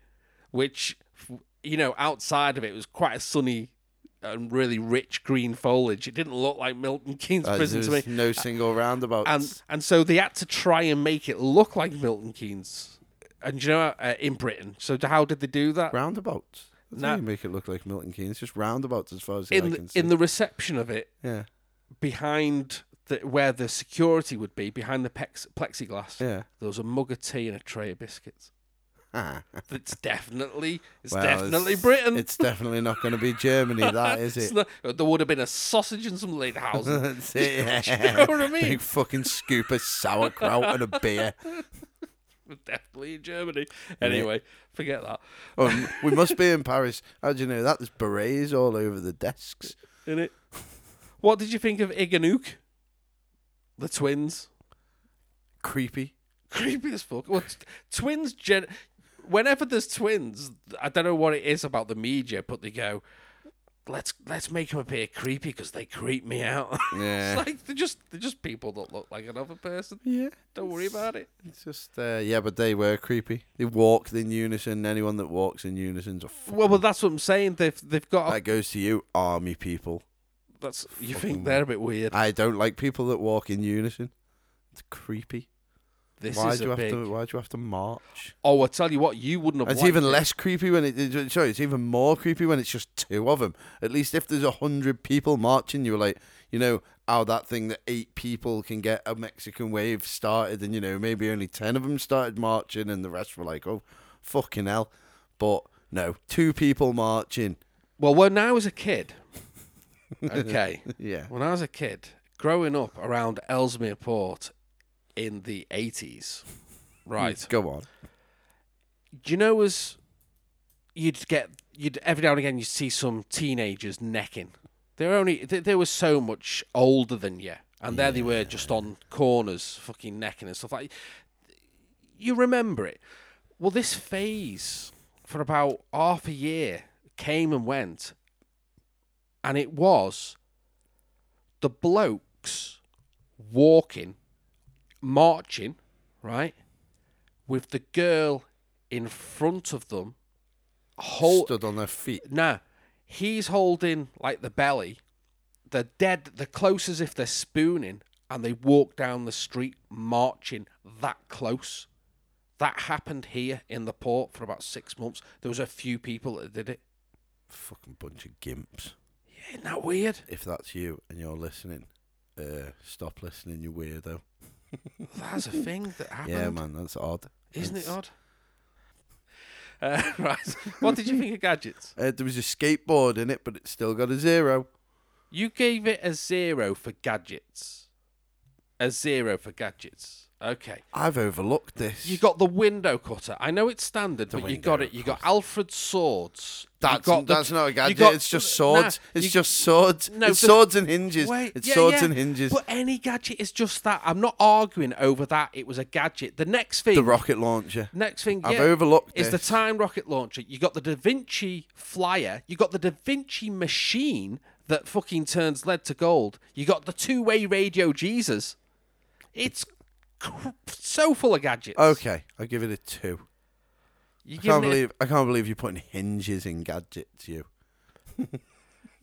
Which, f- you know, outside of it was quite a sunny and really rich green foliage. It didn't look like Milton Keynes Uh, prison to me, there's no single roundabouts. and and so they had to try and make it look like Milton Keynes, and you know, uh, in Britain. So how did they do that? roundabouts. That's Nah. how you make it look like Milton Keynes. Just roundabouts as far as I In can the, see. in the reception of it, yeah, behind the, where the security would be, behind the pex, plexiglass. yeah. There was a mug of tea and a tray of biscuits. Ah. It's definitely, it's Well, definitely it's- Britain. It's definitely not going to be Germany, that is It's it. not- there would have been a sausage and some Lederhausen. That's it. Do you know what I mean? Big fucking scoop of sauerkraut and a beer. definitely in Germany. Anyway, forget that. Oh, m- we must be in Paris. How do you know that? There's berets all over the desks. In it. What did you think of Ig and Ook? The twins. Creepy. Creepy as fuck. Well, t- twins. Gen- Whenever there's twins, I don't know what it is about the media, but they go, "Let's let's make them appear creepy because they creep me out." Yeah. it's like they're just they're just people that look like another person. Yeah. Don't worry about it. It's just, uh, yeah, but they were creepy. They walked in unison. Anyone that walks in unison's a fuck. Well, well, that's what I'm saying. They've they've got. That goes to you, army people. that's you think they're a bit weird. I don't like people that walk in unison. It's creepy. This why is do a you big. have to? Why do you have to march? Oh, I tell you what, you wouldn't have. It's liked even it. less creepy when it. it- Sorry, it's even more creepy when it's just two of them. At least if there's a hundred people marching, you're like, you know, how that thing that eight people can get a Mexican wave started, and you know maybe only ten of them started marching, and the rest were like, oh, fucking hell. But no, two people marching. Well, when I was a kid, okay, Yeah. when I was a kid, growing up around Ellesmere Port in the eighties, right? Go on. Do you know as you'd get you'd every now and again you would see some teenagers necking. They're only they, they were so much older than you, and there they were just on corners, fucking necking and stuff like. You remember it. Well, this phase for about half a year came and went, and it was the blokes walking, marching, right, with the girl in front of them. Hold Stood on their feet. nah, he's holding like the belly. They're dead. They're close as if they're spooning, and they walk down the street marching that close. That happened here in the port for about six months. There was a few people that did it. Fucking bunch of gimps. Isn't that weird? If that's you and you're listening, uh, stop listening, you weirdo. That's a thing that happened. Yeah, man, that's odd. Isn't it That's- odd? Uh, right. What did you think of gadgets? Uh, there was a skateboard in it, but it still got a zero. You gave it a zero for gadgets. A zero for gadgets. Okay. I've overlooked this. You got the window cutter. I know it's standard, The but you got window it. You got Alfred swords. You that's, got the- that's not a you gadget. got- it's just Nah, swords. it's you- just swords. No, it's but- swords and hinges. Wait, it's yeah, swords yeah. and hinges. But any gadget is just that. I'm not arguing over that. It was a gadget. The next thing. the rocket launcher. Next thing, I've yeah, overlooked is this. the time rocket launcher. You got the Da Vinci flyer. You got the Da Vinci machine that fucking turns lead to gold. You got the two-way radio Jesus. It's cr- so full of gadgets. Okay, I'll give it a two. you I can't giving it a believe I can't believe you're putting hinges in gadgets. You.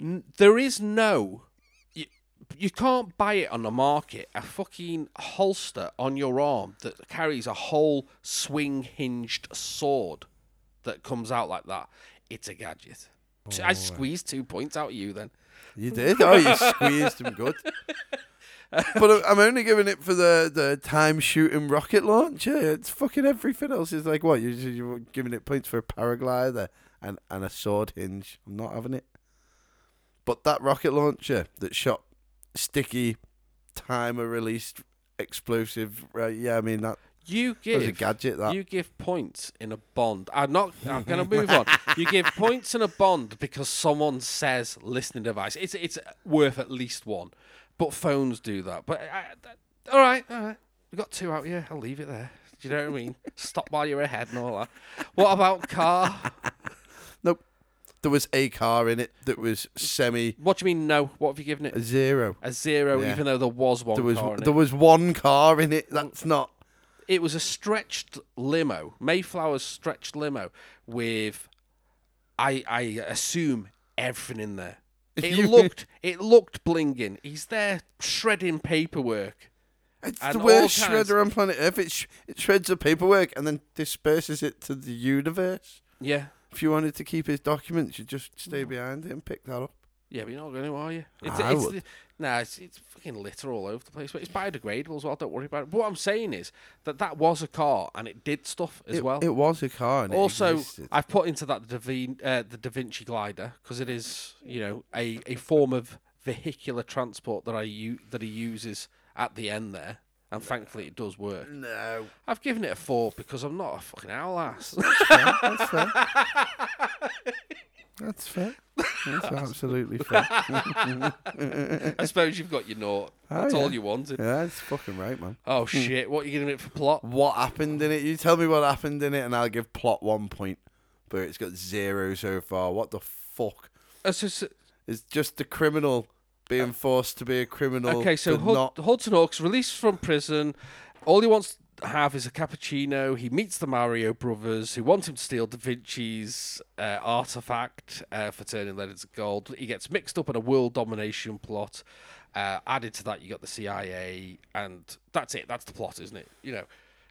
N- there is no you, you can't buy it on the market a fucking holster on your arm that carries a whole swing hinged sword that comes out like that it's a gadget T- i squeezed two points out of you then You did? Oh, you squeezed him good. But I- I'm only giving it for the, the time shooting rocket launcher. It's fucking everything else is like what you you're giving it points for a paraglider and, and a sword hinge. I'm not having it. But that rocket launcher that shot sticky timer released explosive. Right? Yeah, I mean that you that was give a gadget. That you give points in a bond i'm not i'm gonna move on you give points in a bond because someone says listening device it's it's worth at least one but phones do that but I, I- that- all right all right we got two out here i'll leave it there do you know what i mean stop while you're ahead and all that what about car nope. There was a car in it that was semi what do you mean no what have you given it zero. a zero Yeah. even though there was one There was car in it. there was one car in it. That's not. it was a stretched limo, Mayflower's stretched limo with I I assume everything in there. It You- looked it looked blinging. He's there shredding paperwork. It's and the worst all kinds- shredder on planet Earth. It, sh- it shreds the paperwork and then disperses it to the universe. Yeah. If you wanted to keep his documents, you'd just stay behind it and pick that up. Yeah, but you're not going to, are you? I it's would. The, nah, it's, it's fucking litter all over the place. But it's biodegradable as well. Don't worry about it. But what I'm saying is that that was a car and it did stuff as it, well. It was a car. And it also, existed. I've put into that the da, Vin- uh, the da Vinci glider because it is, you know, a, a form of vehicular transport that I u- that he uses at the end there, and thankfully it does work. no. I've given it a four because I'm not a fucking owl ass. That's fair. That's fair. That's absolutely fair. I suppose you've got your naught. That's Oh, yeah. Hmm. all you wanted. Yeah, that's fucking right, man. Oh shit! What are you giving it for plot? What happened in it? You tell me what happened in it, and I'll give plot one point. But it's got zero so far. What the fuck? Uh, so- so- It's just the criminal being forced to be a criminal. okay, so but Hud- not Hudson Hawks released from prison. All he wants to have is a cappuccino. He meets the Mario brothers who want him to steal Da Vinci's uh, artifact uh, for turning lead into gold. He gets mixed up in a world domination plot. Uh, added to that, you got the CIA, and that's it. That's the plot, isn't it? You know,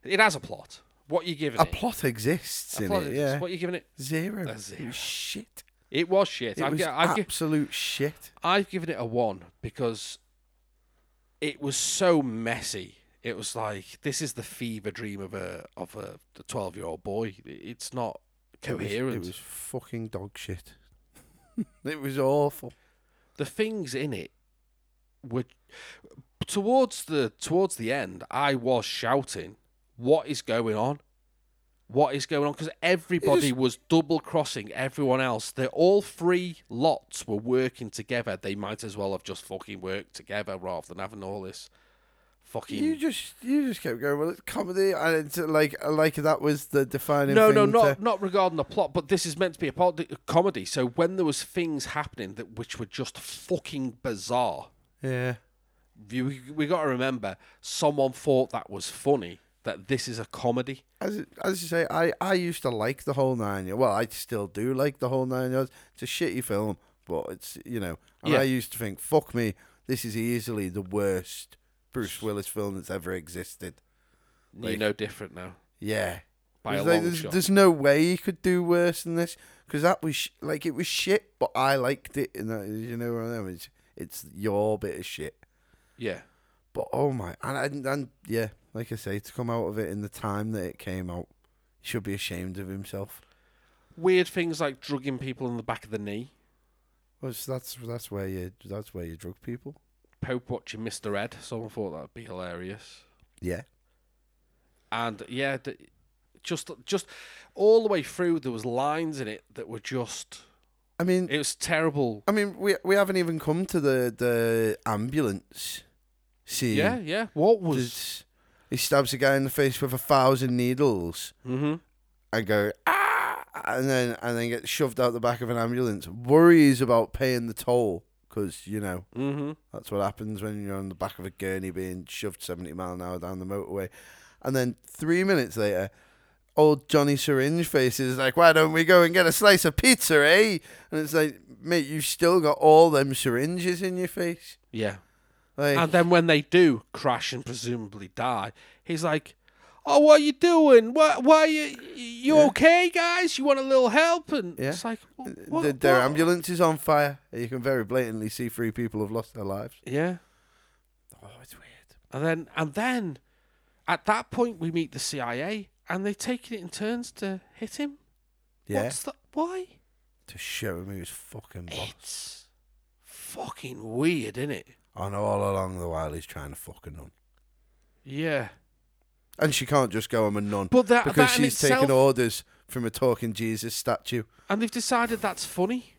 it has a plot. What are you giving a it? plot exists A in plot it. is- Yeah, What are you giving it? zero. A zero. It was Shit. It was shit. It I've, was gi- I've, gi- absolute shit. I've given it a one because it was so messy. It was like this is the fever dream of a of a twelve year old boy. It's not It was, coherent. it was fucking dog shit. it was awful. The things in it were towards the towards the end. I was shouting, "What is going on?" What is going on? Because everybody just- was double crossing everyone else. They're all three lots were working together. They might as well have just fucking worked together rather than having all this fucking. You just you just kept going. Well, it's comedy, and it's uh, like like that was the defining. no, thing no, to- not not regarding the plot, but this is meant to be a part a comedy. So when there was things happening that which were just fucking bizarre, yeah. you, we got to remember someone thought that was funny that this is a comedy. As as you say, I, I used to like the whole nine. Yards. Well, I still do like the whole nine yards. It's a shitty film, but it's you know, and Yeah. I used to think, fuck me, this is easily the worst Bruce Willis film that's ever existed. you Like- know different now Yeah, by a It's like, long there's, shot. there's no way he could do worse than this because that was sh- like it was shit, but I liked it, and that, you know what I mean. It's, it's your bit of shit, yeah, but oh my, and, and and yeah, like I say, to come out of it in the time that it came out, he should be ashamed of himself. weird things like drugging people in the back of the knee. Well, so that's that's where you that's where you drug people. Pope watching Mr. Ed. Someone thought that'd be hilarious. Yeah, and yeah, th- just just all the way through, there was lines in it that were just I mean, it was terrible. I mean, we we haven't even come to the the ambulance scene. Yeah, yeah. What was? There's- he stabs a guy in the face with a thousand needles. hmm and go ah, and then and then get shoved out the back of an ambulance. Worries about paying the toll because you know hmm that's what happens when you're on the back of a gurney being shoved seventy mile an hour down the motorway, and then three minutes later. Old Johnny Syringe face is like, why don't we go and get a slice of pizza, eh? And it's like, mate, you've still got all them syringes in your face. Yeah. Like, And then when they do crash and presumably die, he's like, "Oh, what are you doing? Why? Why you? You Yeah. okay, guys? You want a little help?" And Yeah. it's like, th- "Wh- what- th- their what?" ambulance is on fire. You can very blatantly see three people have lost their lives. Yeah. Oh, it's weird. And then and then, at that point, we meet the CIA, and they take it in turns to hit him. Yeah. What's that? Why? to show him who's fucking Eh. boss. It's fucking weird, isn't it? And all along the while, he's trying to fuck a nun. Yeah. And she can't just go, I'm a nun. But that, because that in she's itself, taking orders from a talking Jesus statue. and they've decided that's funny.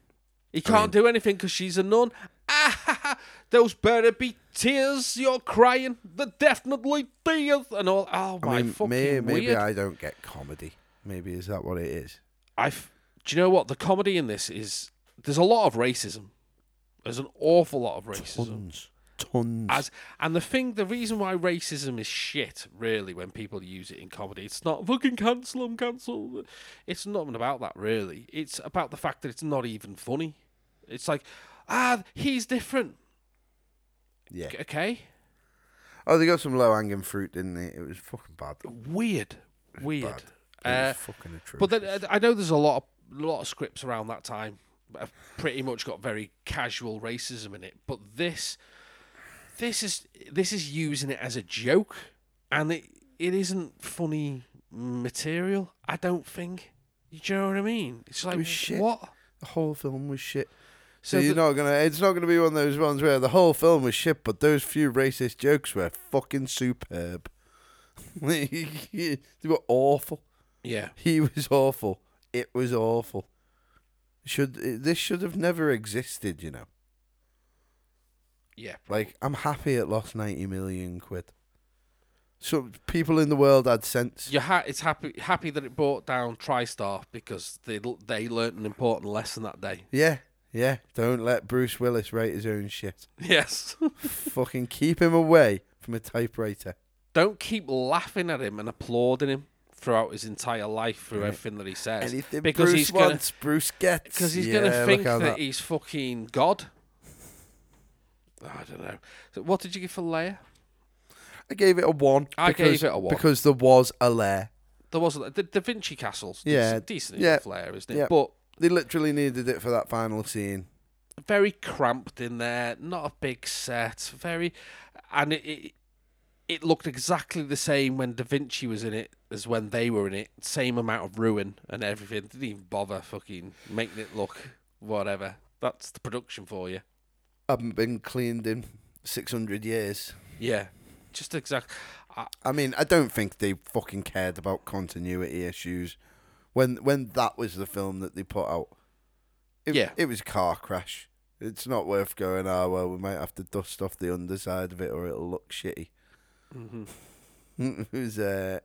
He I can't mean- do anything because she's a nun. Ah, ha, ha, those better be tears you're crying. The definitely tears and all. Oh I my mean, fucking may, maybe weird. I don't get comedy. Maybe is that what it is? I. f- Do you know what the comedy in this is? There's a lot of racism. There's an awful lot of racism. Tons. Tons. As and the thing, the reason why racism is shit, really, when people use it in comedy, it's not fucking cancel 'em, cancel. 'em." It's not about that really. It's about the fact that it's not even funny. It's like, ah, he's different. yeah. Okay, Oh, they got some low hanging fruit, didn't they? It was fucking bad. It weird, weird. Bad. Uh, was fucking atrocious. but then uh, I know there's a lot of lot of scripts around that time. that have Pretty much got very casual racism in it, but this, this is this is using it as a joke, and it it isn't funny material. I don't think. Do you know what I mean? It's like was shit. what? the whole film was shit. So, So you're the- not gonna. It's not gonna be one of those ones where the whole film was shit, but those few racist jokes were fucking superb. they were awful. Yeah, He was awful. It was awful. Should it- this should have never existed? You know, yeah, like I'm happy it lost ninety million quid. So people in the world had sense. You're ha- it's happy happy that it brought down TriStar because they l- they learnt an important lesson that day. Yeah, yeah. Don't let Bruce Willis write his own shit. Yes. Fucking keep him away from a typewriter. don't keep laughing at him and applauding him throughout his entire life through everything that he says Anything because Bruce he's gonna wants, Bruce gets. because he's yeah, gonna look think how that, he's fucking god. I don't know. So what did you give for Leia? I gave it a one. I because- gave it a one. because there was a lair. There was a, the Da Vinci Castle's Yeah, decent, decent yeah, enough Leia, isn't it? yeah. But They literally needed it for that final scene. very cramped in there, not a big set, very, and it, it it looked exactly the same when Da Vinci was in it as when they were in it. Same amount of ruin and everything. Didn't even bother fucking making it look whatever. That's the production for you. Haven't been cleaned in six hundred years. Yeah, just exact. I, I mean, I don't think they fucking cared about continuity issues when when that was the film that they put out. It, Yeah. it was a car crash. It's not worth going. Ah, well, we might have to dust off the underside of it, or it'll look shitty. mhm. it was uh,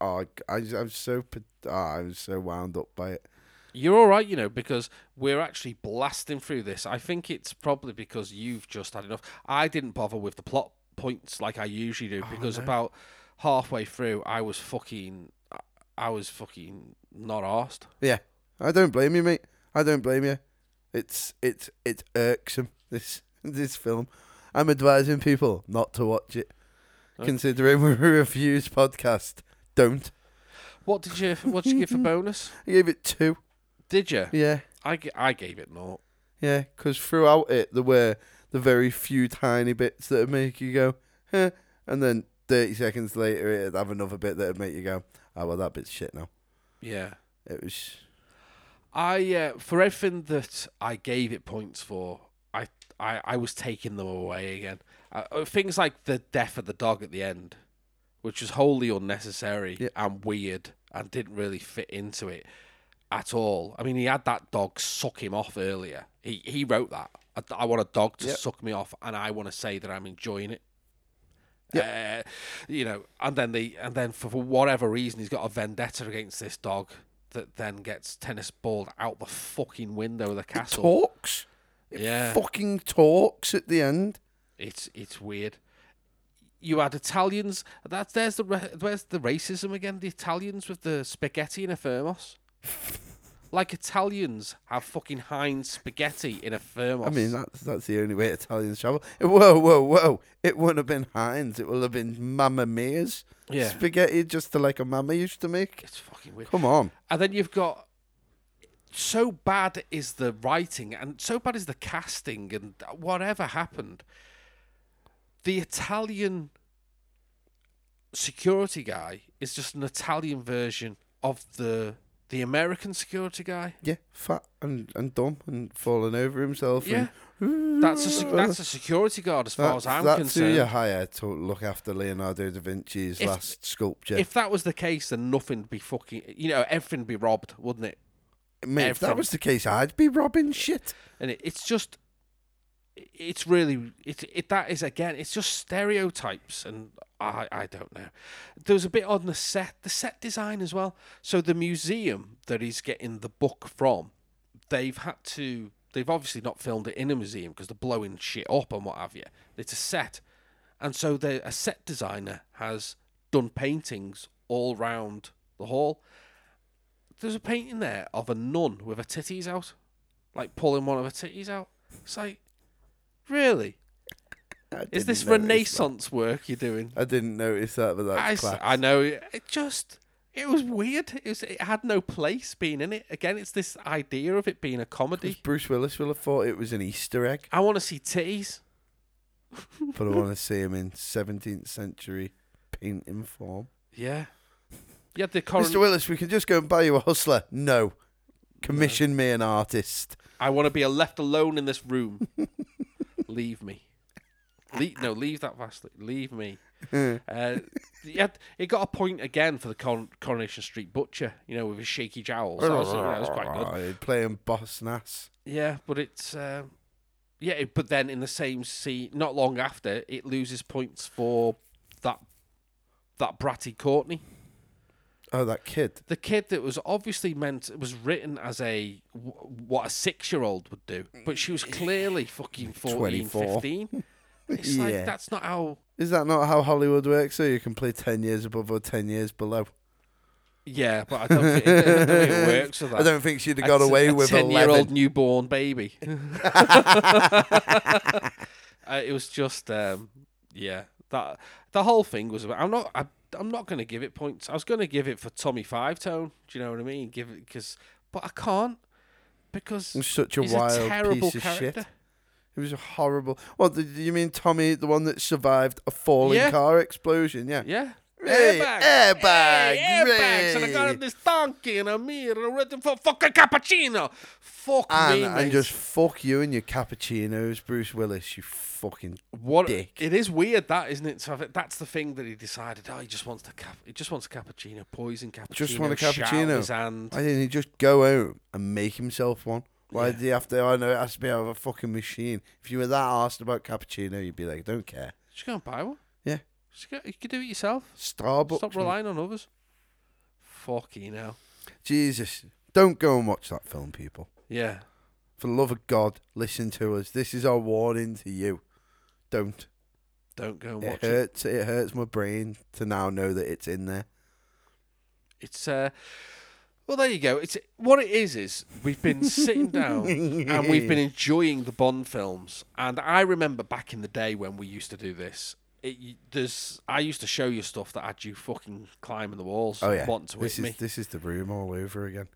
oh, I, I'm so pa- ah, I was so wound up by it. You're all right, you know, because we're actually blasting through this. I think it's probably because you've just had enough. I didn't bother with the plot points like I usually do because about halfway through, I was fucking, I- I was fucking not arsed. Yeah, I don't blame you, mate. I don't blame you. It's it's it's irksome. This this film. I'm advising people not to watch it, Okay. considering we're a reviews podcast. Don't. What did you? What did you give for bonus? I gave it two. Did you? Yeah, I, g- I gave it naught. yeah. Because throughout it, there were the very few tiny bits that would make you go, huh, and then thirty seconds later, it'd have another bit that would make you go, oh well, that bit's shit now. Yeah. It was I uh, for everything that I gave it points for, I I, I was taking them away again. Uh, Uh, things like the death of the dog at the end, which was wholly unnecessary Yeah. and weird and didn't really fit into it at all. I mean, he had that dog suck him off earlier. He he wrote that. I, I want a dog to Yep. suck me off, and I want to say that I'm enjoying it. Uh, you know, and then the and then for, for whatever reason he's got a vendetta against this dog that then gets tennis balled out the fucking window of the castle. talks. yeah, Fucking talks at the end. it's it's weird. You had Italians. That's there's the ra- where's the racism again? The Italians with the spaghetti in a thermos. like Italians have fucking Heinz spaghetti in a thermos. I mean, that's that's the only way Italians travel. Whoa, whoa, whoa! It wouldn't have been Heinz. It would have been Mamma Mia's Yeah. spaghetti, just to like a mama used to make. it's fucking weird. Come on, And then you've got so bad is the writing and so bad is the casting and whatever happened. The Italian security guy is just an Italian version of the the American security guy. yeah, fat and, and dumb and falling over himself. Yeah. and That's a se- that's a security guard as far That's, as I'm that's concerned. who you hire to look after Leonardo da Vinci's If- last sculpture. If that was the case, then nothing'd be fucking you know everything'd be robbed, wouldn't it? Mate, if that everything- was the case, I'd be robbing shit. and it, it's just it's really it, it that is again it's just stereotypes and I, I don't know there was a bit on the set the set design as well so the museum that he's getting the book from they've had to they've obviously not filmed it in a museum because they're blowing shit up and what have you it's a set and so the a set designer has done paintings all round the hall there's a painting there of a nun with her titties out like pulling one of her titties out. It's like, really? I Is didn't notice this Renaissance work you're doing? that. I didn't notice that, but I, that's s- class. I know. It just, it was weird. It, was, it had no place being in it. Again, it's this idea of it being a comedy. Bruce Willis will have thought it was an Easter egg. I want to see titties. but I want to see him in 17th century painting form. Yeah. You had the Mr. coron- Willis, we can just go and buy you a hustler. No. Commission me an artist. I want to be left alone in this room. leave me. Le- no, leave that vastly. Leave me. Uh, you had- it got a point again for the Con- Coronation Street Butcher, you know, with his shaky jowls. That was, that was quite good. He'd play him boss nass. Yeah, but it's um, yeah, it- but then in the same scene, not long after, it loses points for that that bratty Courtney, Oh, that kid. the kid that was obviously meant it was written as a wh- what a six year old would do, but she was clearly fucking 14, 24. 15. It's like Yeah. that's not how. Is that not how Hollywood works? So you can play 10 years above or 10 years below. Yeah, but I don't think, I don't think it works for that. I don't think she'd have got away with a 11. ten-year-old newborn baby. uh, it was just, um, yeah, that the whole thing was about. I'm not, I, I'm not going to give it points. I was going to give it for Tommy Five Tone. Do you know what I mean? Give it because, but I can't because He's such a he's wild a terrible piece of character. shit. It was a horrible. What, do you mean Tommy, the one that survived a falling Yeah. car explosion? Yeah. Yeah. Hey, airbags! airbags, Hey, airbags! And I got hey. him this donkey and a mirror written for fucking cappuccino. Fuck And, me, mate. and just fuck you and your cappuccinos, Bruce Willis, you fucking What dick. it is weird that isn't it? So I think that's the thing that he decided. Oh, he just wants the cap. He just wants a cappuccino, poison cappuccino. Just want a shout in cappuccino. His hand. Why didn't he just go home and make himself one? Why Yeah. did he have to? I know it has to be out of a fucking machine. If you were that arsed about cappuccino, you'd be like, don't care. Just go and buy one. Yeah. Just go, you could do it yourself. Starbucks. Stop relying on others. Fucking hell. Jesus. Don't go and watch that film, people. Yeah. For the love of God, listen to us. This is our warning to you. Don't. Don't go and It watch it. hurts. It hurts my brain to now know that it's in there. It's uh, well, there you go. It's what it is. Is we've been sitting down and we've been enjoying the Bond films. And I remember back in the day when we used to do this. It, you- there's, I used to show you stuff that had you fucking climbing the walls, Oh yeah. wanting to this hit me. is this is the room all over again.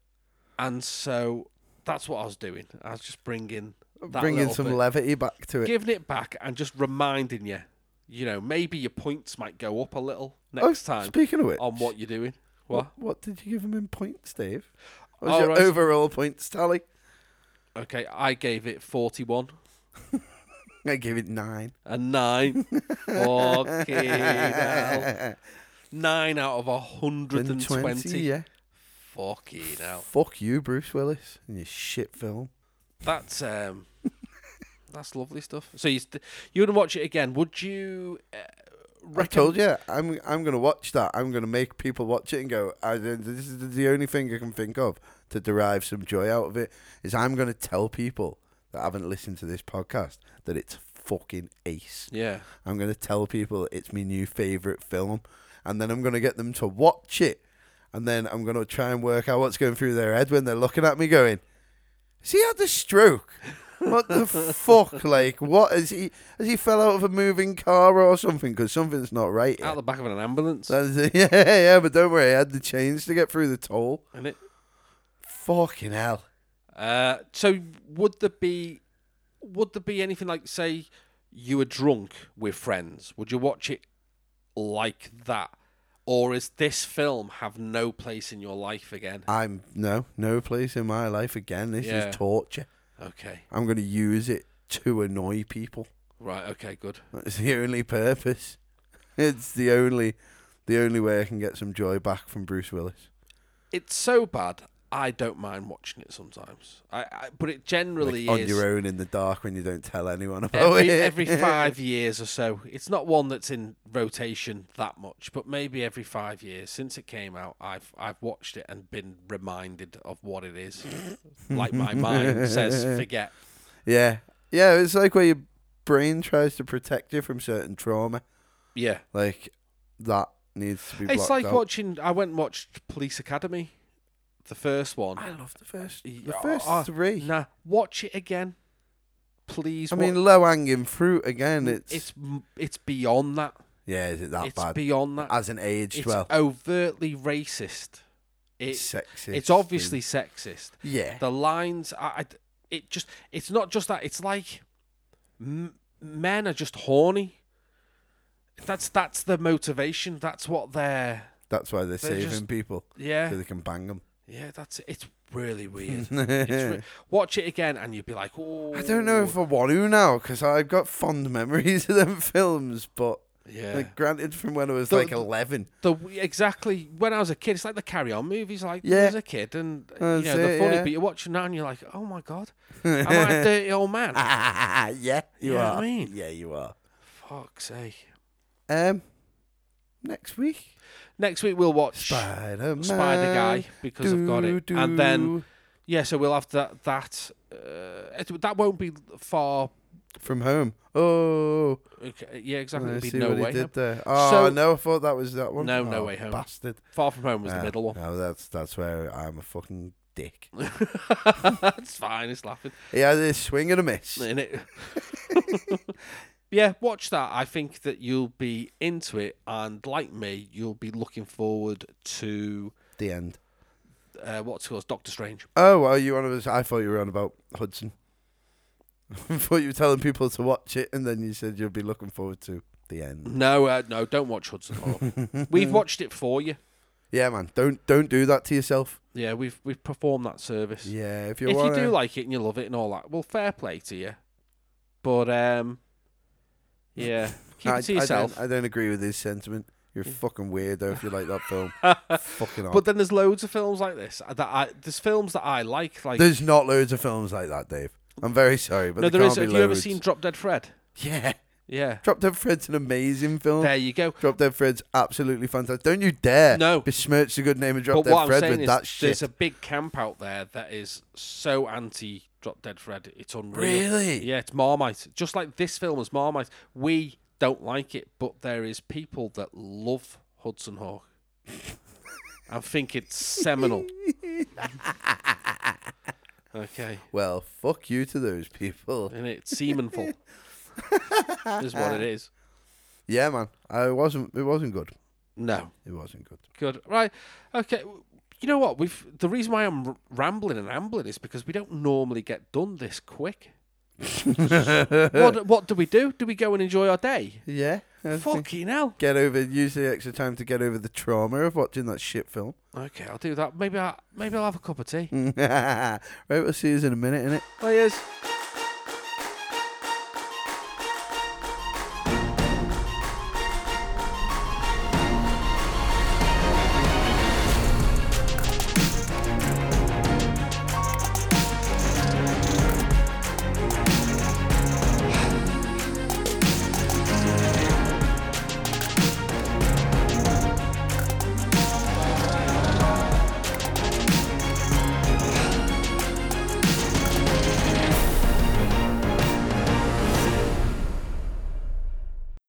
And so that's what I was doing. I was just bringing that Bringing little some bit, levity back to it. giving it back, and just reminding you. You know, maybe your points might go up a little Oh, next time Speaking of which, on what you're doing. What? what what did you give him in points, Dave? What was Oh, your right. overall points tally? Okay, I gave it 41 I gave it nine. and nine. Fucking hell. Nine out of a hundred Then and twenty. Oh. yeah. Fucking hell. Fuck you, Bruce Willis, and your shit film. That's um, that's lovely stuff. So you st- you would watch it again? Would you? Uh, I told you, I'm I'm gonna watch that. I'm gonna make people watch it and go. I, this is the only thing I can think of to derive some joy out of it. Is I'm gonna tell people that haven't listened to this podcast that it's fucking ace. Yeah. I'm gonna tell people it's my new favorite film, and then I'm gonna get them to watch it, and then I'm gonna try and work out what's going through their head when they're looking at me going, "Has he had a stroke? What the fuck? Like, what is he? Has he fell out of a moving car or something? Because something's not right." Out Here. the back of an ambulance. That's it. Yeah, yeah, but don't worry, I had the change to get through the toll. Isn't it? Fucking hell. Uh, so would there be would there be anything like say you were drunk with friends? Would you watch it like that? Or is this film have no place in your life again? I'm no, no place in my life again. This Yeah. is torture. Okay. I'm gonna use it to annoy people. Right, okay, good. That's the only purpose. It's the only, the only way I can get some joy back from Bruce Willis. It's so bad I don't mind watching it sometimes. I, I but it Like, generally on is your own Oh, in the dark when you don't tell anyone about every, it. every five years or so. It's not one that's in rotation that much, but maybe every five years since it came out, I've I've watched it and been reminded of what it is. like my mind says, forget. yeah, yeah. It's like where your brain tries to protect you from certain trauma. Yeah, Like that needs to be. it's blocked like out. watching. I went and watched Police Academy, the first one. I love the first, the Yeah, first oh, three. Nah, watch it again, please. I wa- mean, low hanging fruit again. It's, it's m- it's beyond that. yeah. Is it that it's bad? beyond that. As an aged It's well, overtly racist. It, it's sexy. it's obviously sexist. yeah. the lines I, I it just it's not just that it's like m- men are just horny that's that's their motivation that's what they're That's why they're, saving just- eh. people yeah so they can bang them. yeah that's it's really weird it's re- watch it again and you'd be like oh I don't know if I want to now because I've got fond memories of them films, but yeah like, granted, from when I was The- like the- 11. the exactly when I was a kid, it's like the Carry On movies. Like Yeah. as a kid, and That's you know they're it, funny, yeah. but you're watching now and you're like, oh my god, am I a dirty old man? yeah, you Yeah, are. I mean. Yeah, you are. Fuck's sake! Um, next week, Next week we'll watch Spider Man. Spider Guy because I've got it, and then Yeah, so we'll have that. That uh, it, that won't be far. from home. Oh, Okay, yeah, exactly. I It'd see be no what way. he Home. did there. Oh So- no, I thought that was that one. No, No Oh, Way Home. bastard. Far from home was the Ah, middle one. No, that's that's where I'm a fucking dick. it's fine. It's laughing. He had a swing and a miss. In it. yeah, watch that. I think that you'll be into it, and like me, you'll be looking forward to The end. uh, what's it called Doctor Strange. Oh, well, you on about? I thought you were on about Hudson. I thought you were telling people to watch it, and then you said you'll be looking forward to the end. No, uh, no, don't watch Hudson Hawk. we've watched it for you. Yeah, man, don't don't do that to yourself. Yeah, we've we've performed that service. Yeah, eh? if you if want, you do like it and you love it and all that, well, fair play to you. But um, yeah, keep I, it to I don't- yourself. I don't, agree with his sentiment. You're a fucking weirdo if you like that film. fucking. but But then there's loads of films like this that I there's films that I like. Like there's not loads of films like that, Dave. I'm very sorry, but no, there there is. can't Have be you ever loads. seen Drop Dead Fred? Yeah, Yeah, Drop Dead Fred's an amazing film. there you go. Drop Dead Fred's absolutely fantastic. Don't you dare No. besmirch the good name of Drop But Dead what I'm Fred saying with is, that there's shit. a big camp out there that is so anti Drop Dead Fred. It's unreal. really? Yeah, it's Marmite. Just like this film is Marmite. We don't like it, but there is people that love Hudson Hawk. I think it's seminal. okay, Well, fuck you to those people. and it's semenful. is what it is. Yeah, man. I wasn't. It wasn't good. No, It wasn't good. good. Right. Okay. w- You know what? We've the reason why I'm r- rambling and ambling is because we don't normally get done this quick. what what do we do? Do we go and enjoy our day? Yeah. I think- Fucking hell. Get over. Use the extra time to get over the trauma of watching that shit film. Okay, I'll do that. Maybe I maybe I'll have a cup of tea. right, we'll see you in a minute, innit? Oh yes.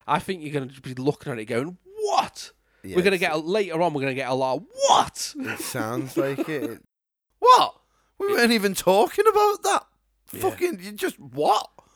I think you're going to be looking at it going, "What?" we're going to get a, later on. We're going to get a lot. Of, what? It sounds like it. What? We weren't even talking about that. Yeah. Fucking. You just what?